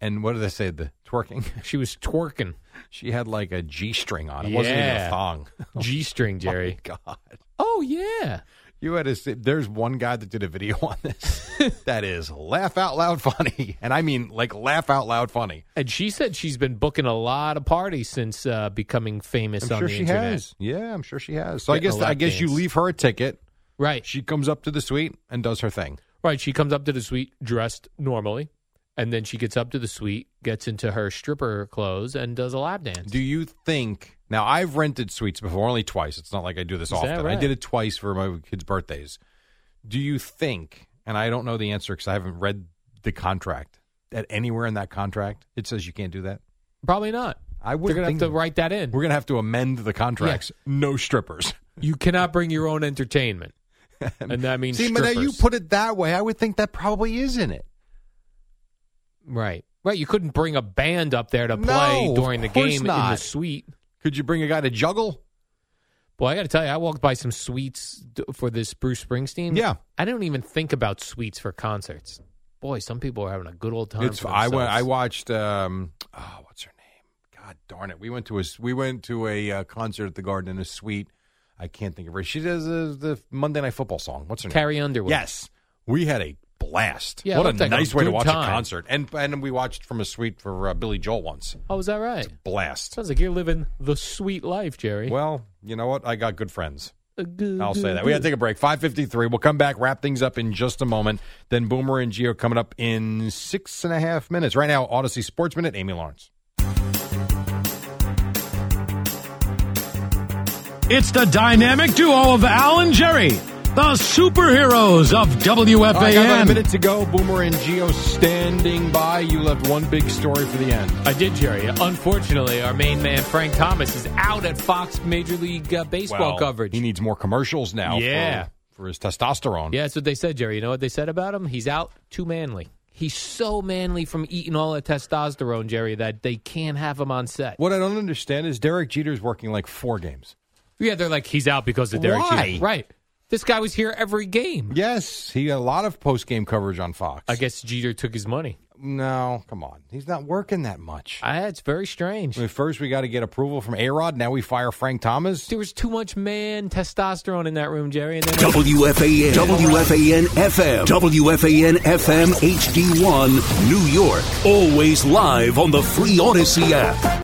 C: and what did they say? The twerking.
B: She was twerking
C: She had like a G string on. It wasn't even a
B: Yeah.
C: thong.
B: g-string, Jerry.
C: Oh God,
B: oh yeah,
C: you had a. There's one guy that did a video on this that is laugh out loud funny, and I mean like laugh out loud funny.
B: and she said she's been booking a lot of parties since uh, becoming famous
C: I'm
B: on
C: sure
B: the
C: she
B: internet.
C: has. Yeah, I'm sure she has. So I
B: Getting
C: guess
B: a lap
C: I guess you
B: dance.
C: leave her a ticket.
B: Right,
C: She comes up to the suite and does her thing.
B: Right. She comes up to the suite dressed normally, and then she gets up to the suite, gets into her stripper clothes, and does a lap dance.
C: Do you think now? I've rented suites before, only twice. It's not like I do this
B: Is that
C: often. I
B: right?
C: did it twice for my kids' birthdays. Do you think? And I don't know the answer because I haven't read the contract. That anywhere in that contract it says you can't do that.
B: Probably not.
C: I
B: We're
C: would
B: gonna have
C: think
B: to write that in.
C: We're gonna have to amend the contracts. No strippers.
B: You cannot bring your own entertainment, and that means
C: See, but now you
B: strippers.
C: put it that way, I would think that probably is in it.
B: right, right. You couldn't bring a band up there to
C: No,
B: play
C: of
B: during the
C: course
B: game in the
C: not.
B: suite.
C: Could you bring a guy to juggle?
B: Well, I got to tell you, I walked by some suites d- for this Bruce Springsteen.
C: Yeah.
B: I don't even think about suites for concerts. Boy, some people are having a good old time.
C: It's
B: for
C: I, wa-
B: themselves.
C: I watched. Um, oh, what's her name? God, God darn it, we went to a we went to a uh, concert at the Garden in a suite. I can't think of her. She does uh, the Monday Night Football song. What's her name?
B: Carrie Underwood.
C: Yes, we had a blast.
B: Yeah, it
C: what a
B: looked like a
C: nice way to
B: good
C: watch
B: time.
C: a concert. And and we watched from a suite for uh, Billy Joel once.
B: Oh, is that right?
C: Blast.
B: Sounds like you're living the sweet life, Jerry.
C: Well, you know what? I got good friends.
B: A good-
C: I'll say that.
B: Mm-hmm.
C: We got to take a break. 553. We'll come back, wrap things up in just a moment. Then Boomer and Geo coming up in six and a half minutes. Right now, Odyssey Sports Minute, Amy Lawrence.
E: It's the dynamic duo of Al and Jerry, the superheroes of WFAN.
C: All right, got about a minute to go. Boomer and Geo standing by. You left one big story for the end.
B: I did, Jerry. Unfortunately, our main man Frank Thomas is out at Fox Major League uh, Baseball
C: Well,
B: coverage.
C: He needs more commercials now.
B: Yeah.
C: For, for his testosterone.
B: Yeah, that's what they said, Jerry. You know what they said about him? He's out too manly. He's so manly from eating all that testosterone, Jerry, that they can't have him on set.
C: What I don't understand is Derek Jeter's working like four games.
B: Yeah, they're like, he's out because of Derek
C: Why?
B: Jeter. Right. This guy was here every game.
C: Yes, he got a lot of post game coverage on Fox.
B: I guess Jeter took his money.
C: No, come on. He's not working that much.
B: I, it's very strange.
C: I mean, first, we got to get approval from A Rod. Now we fire Frank Thomas.
B: There was too much man testosterone in that room, Jerry. And then
D: WFAN, WFAN FM, WFAN FM HD1, New York. Always live on the free Odyssey app.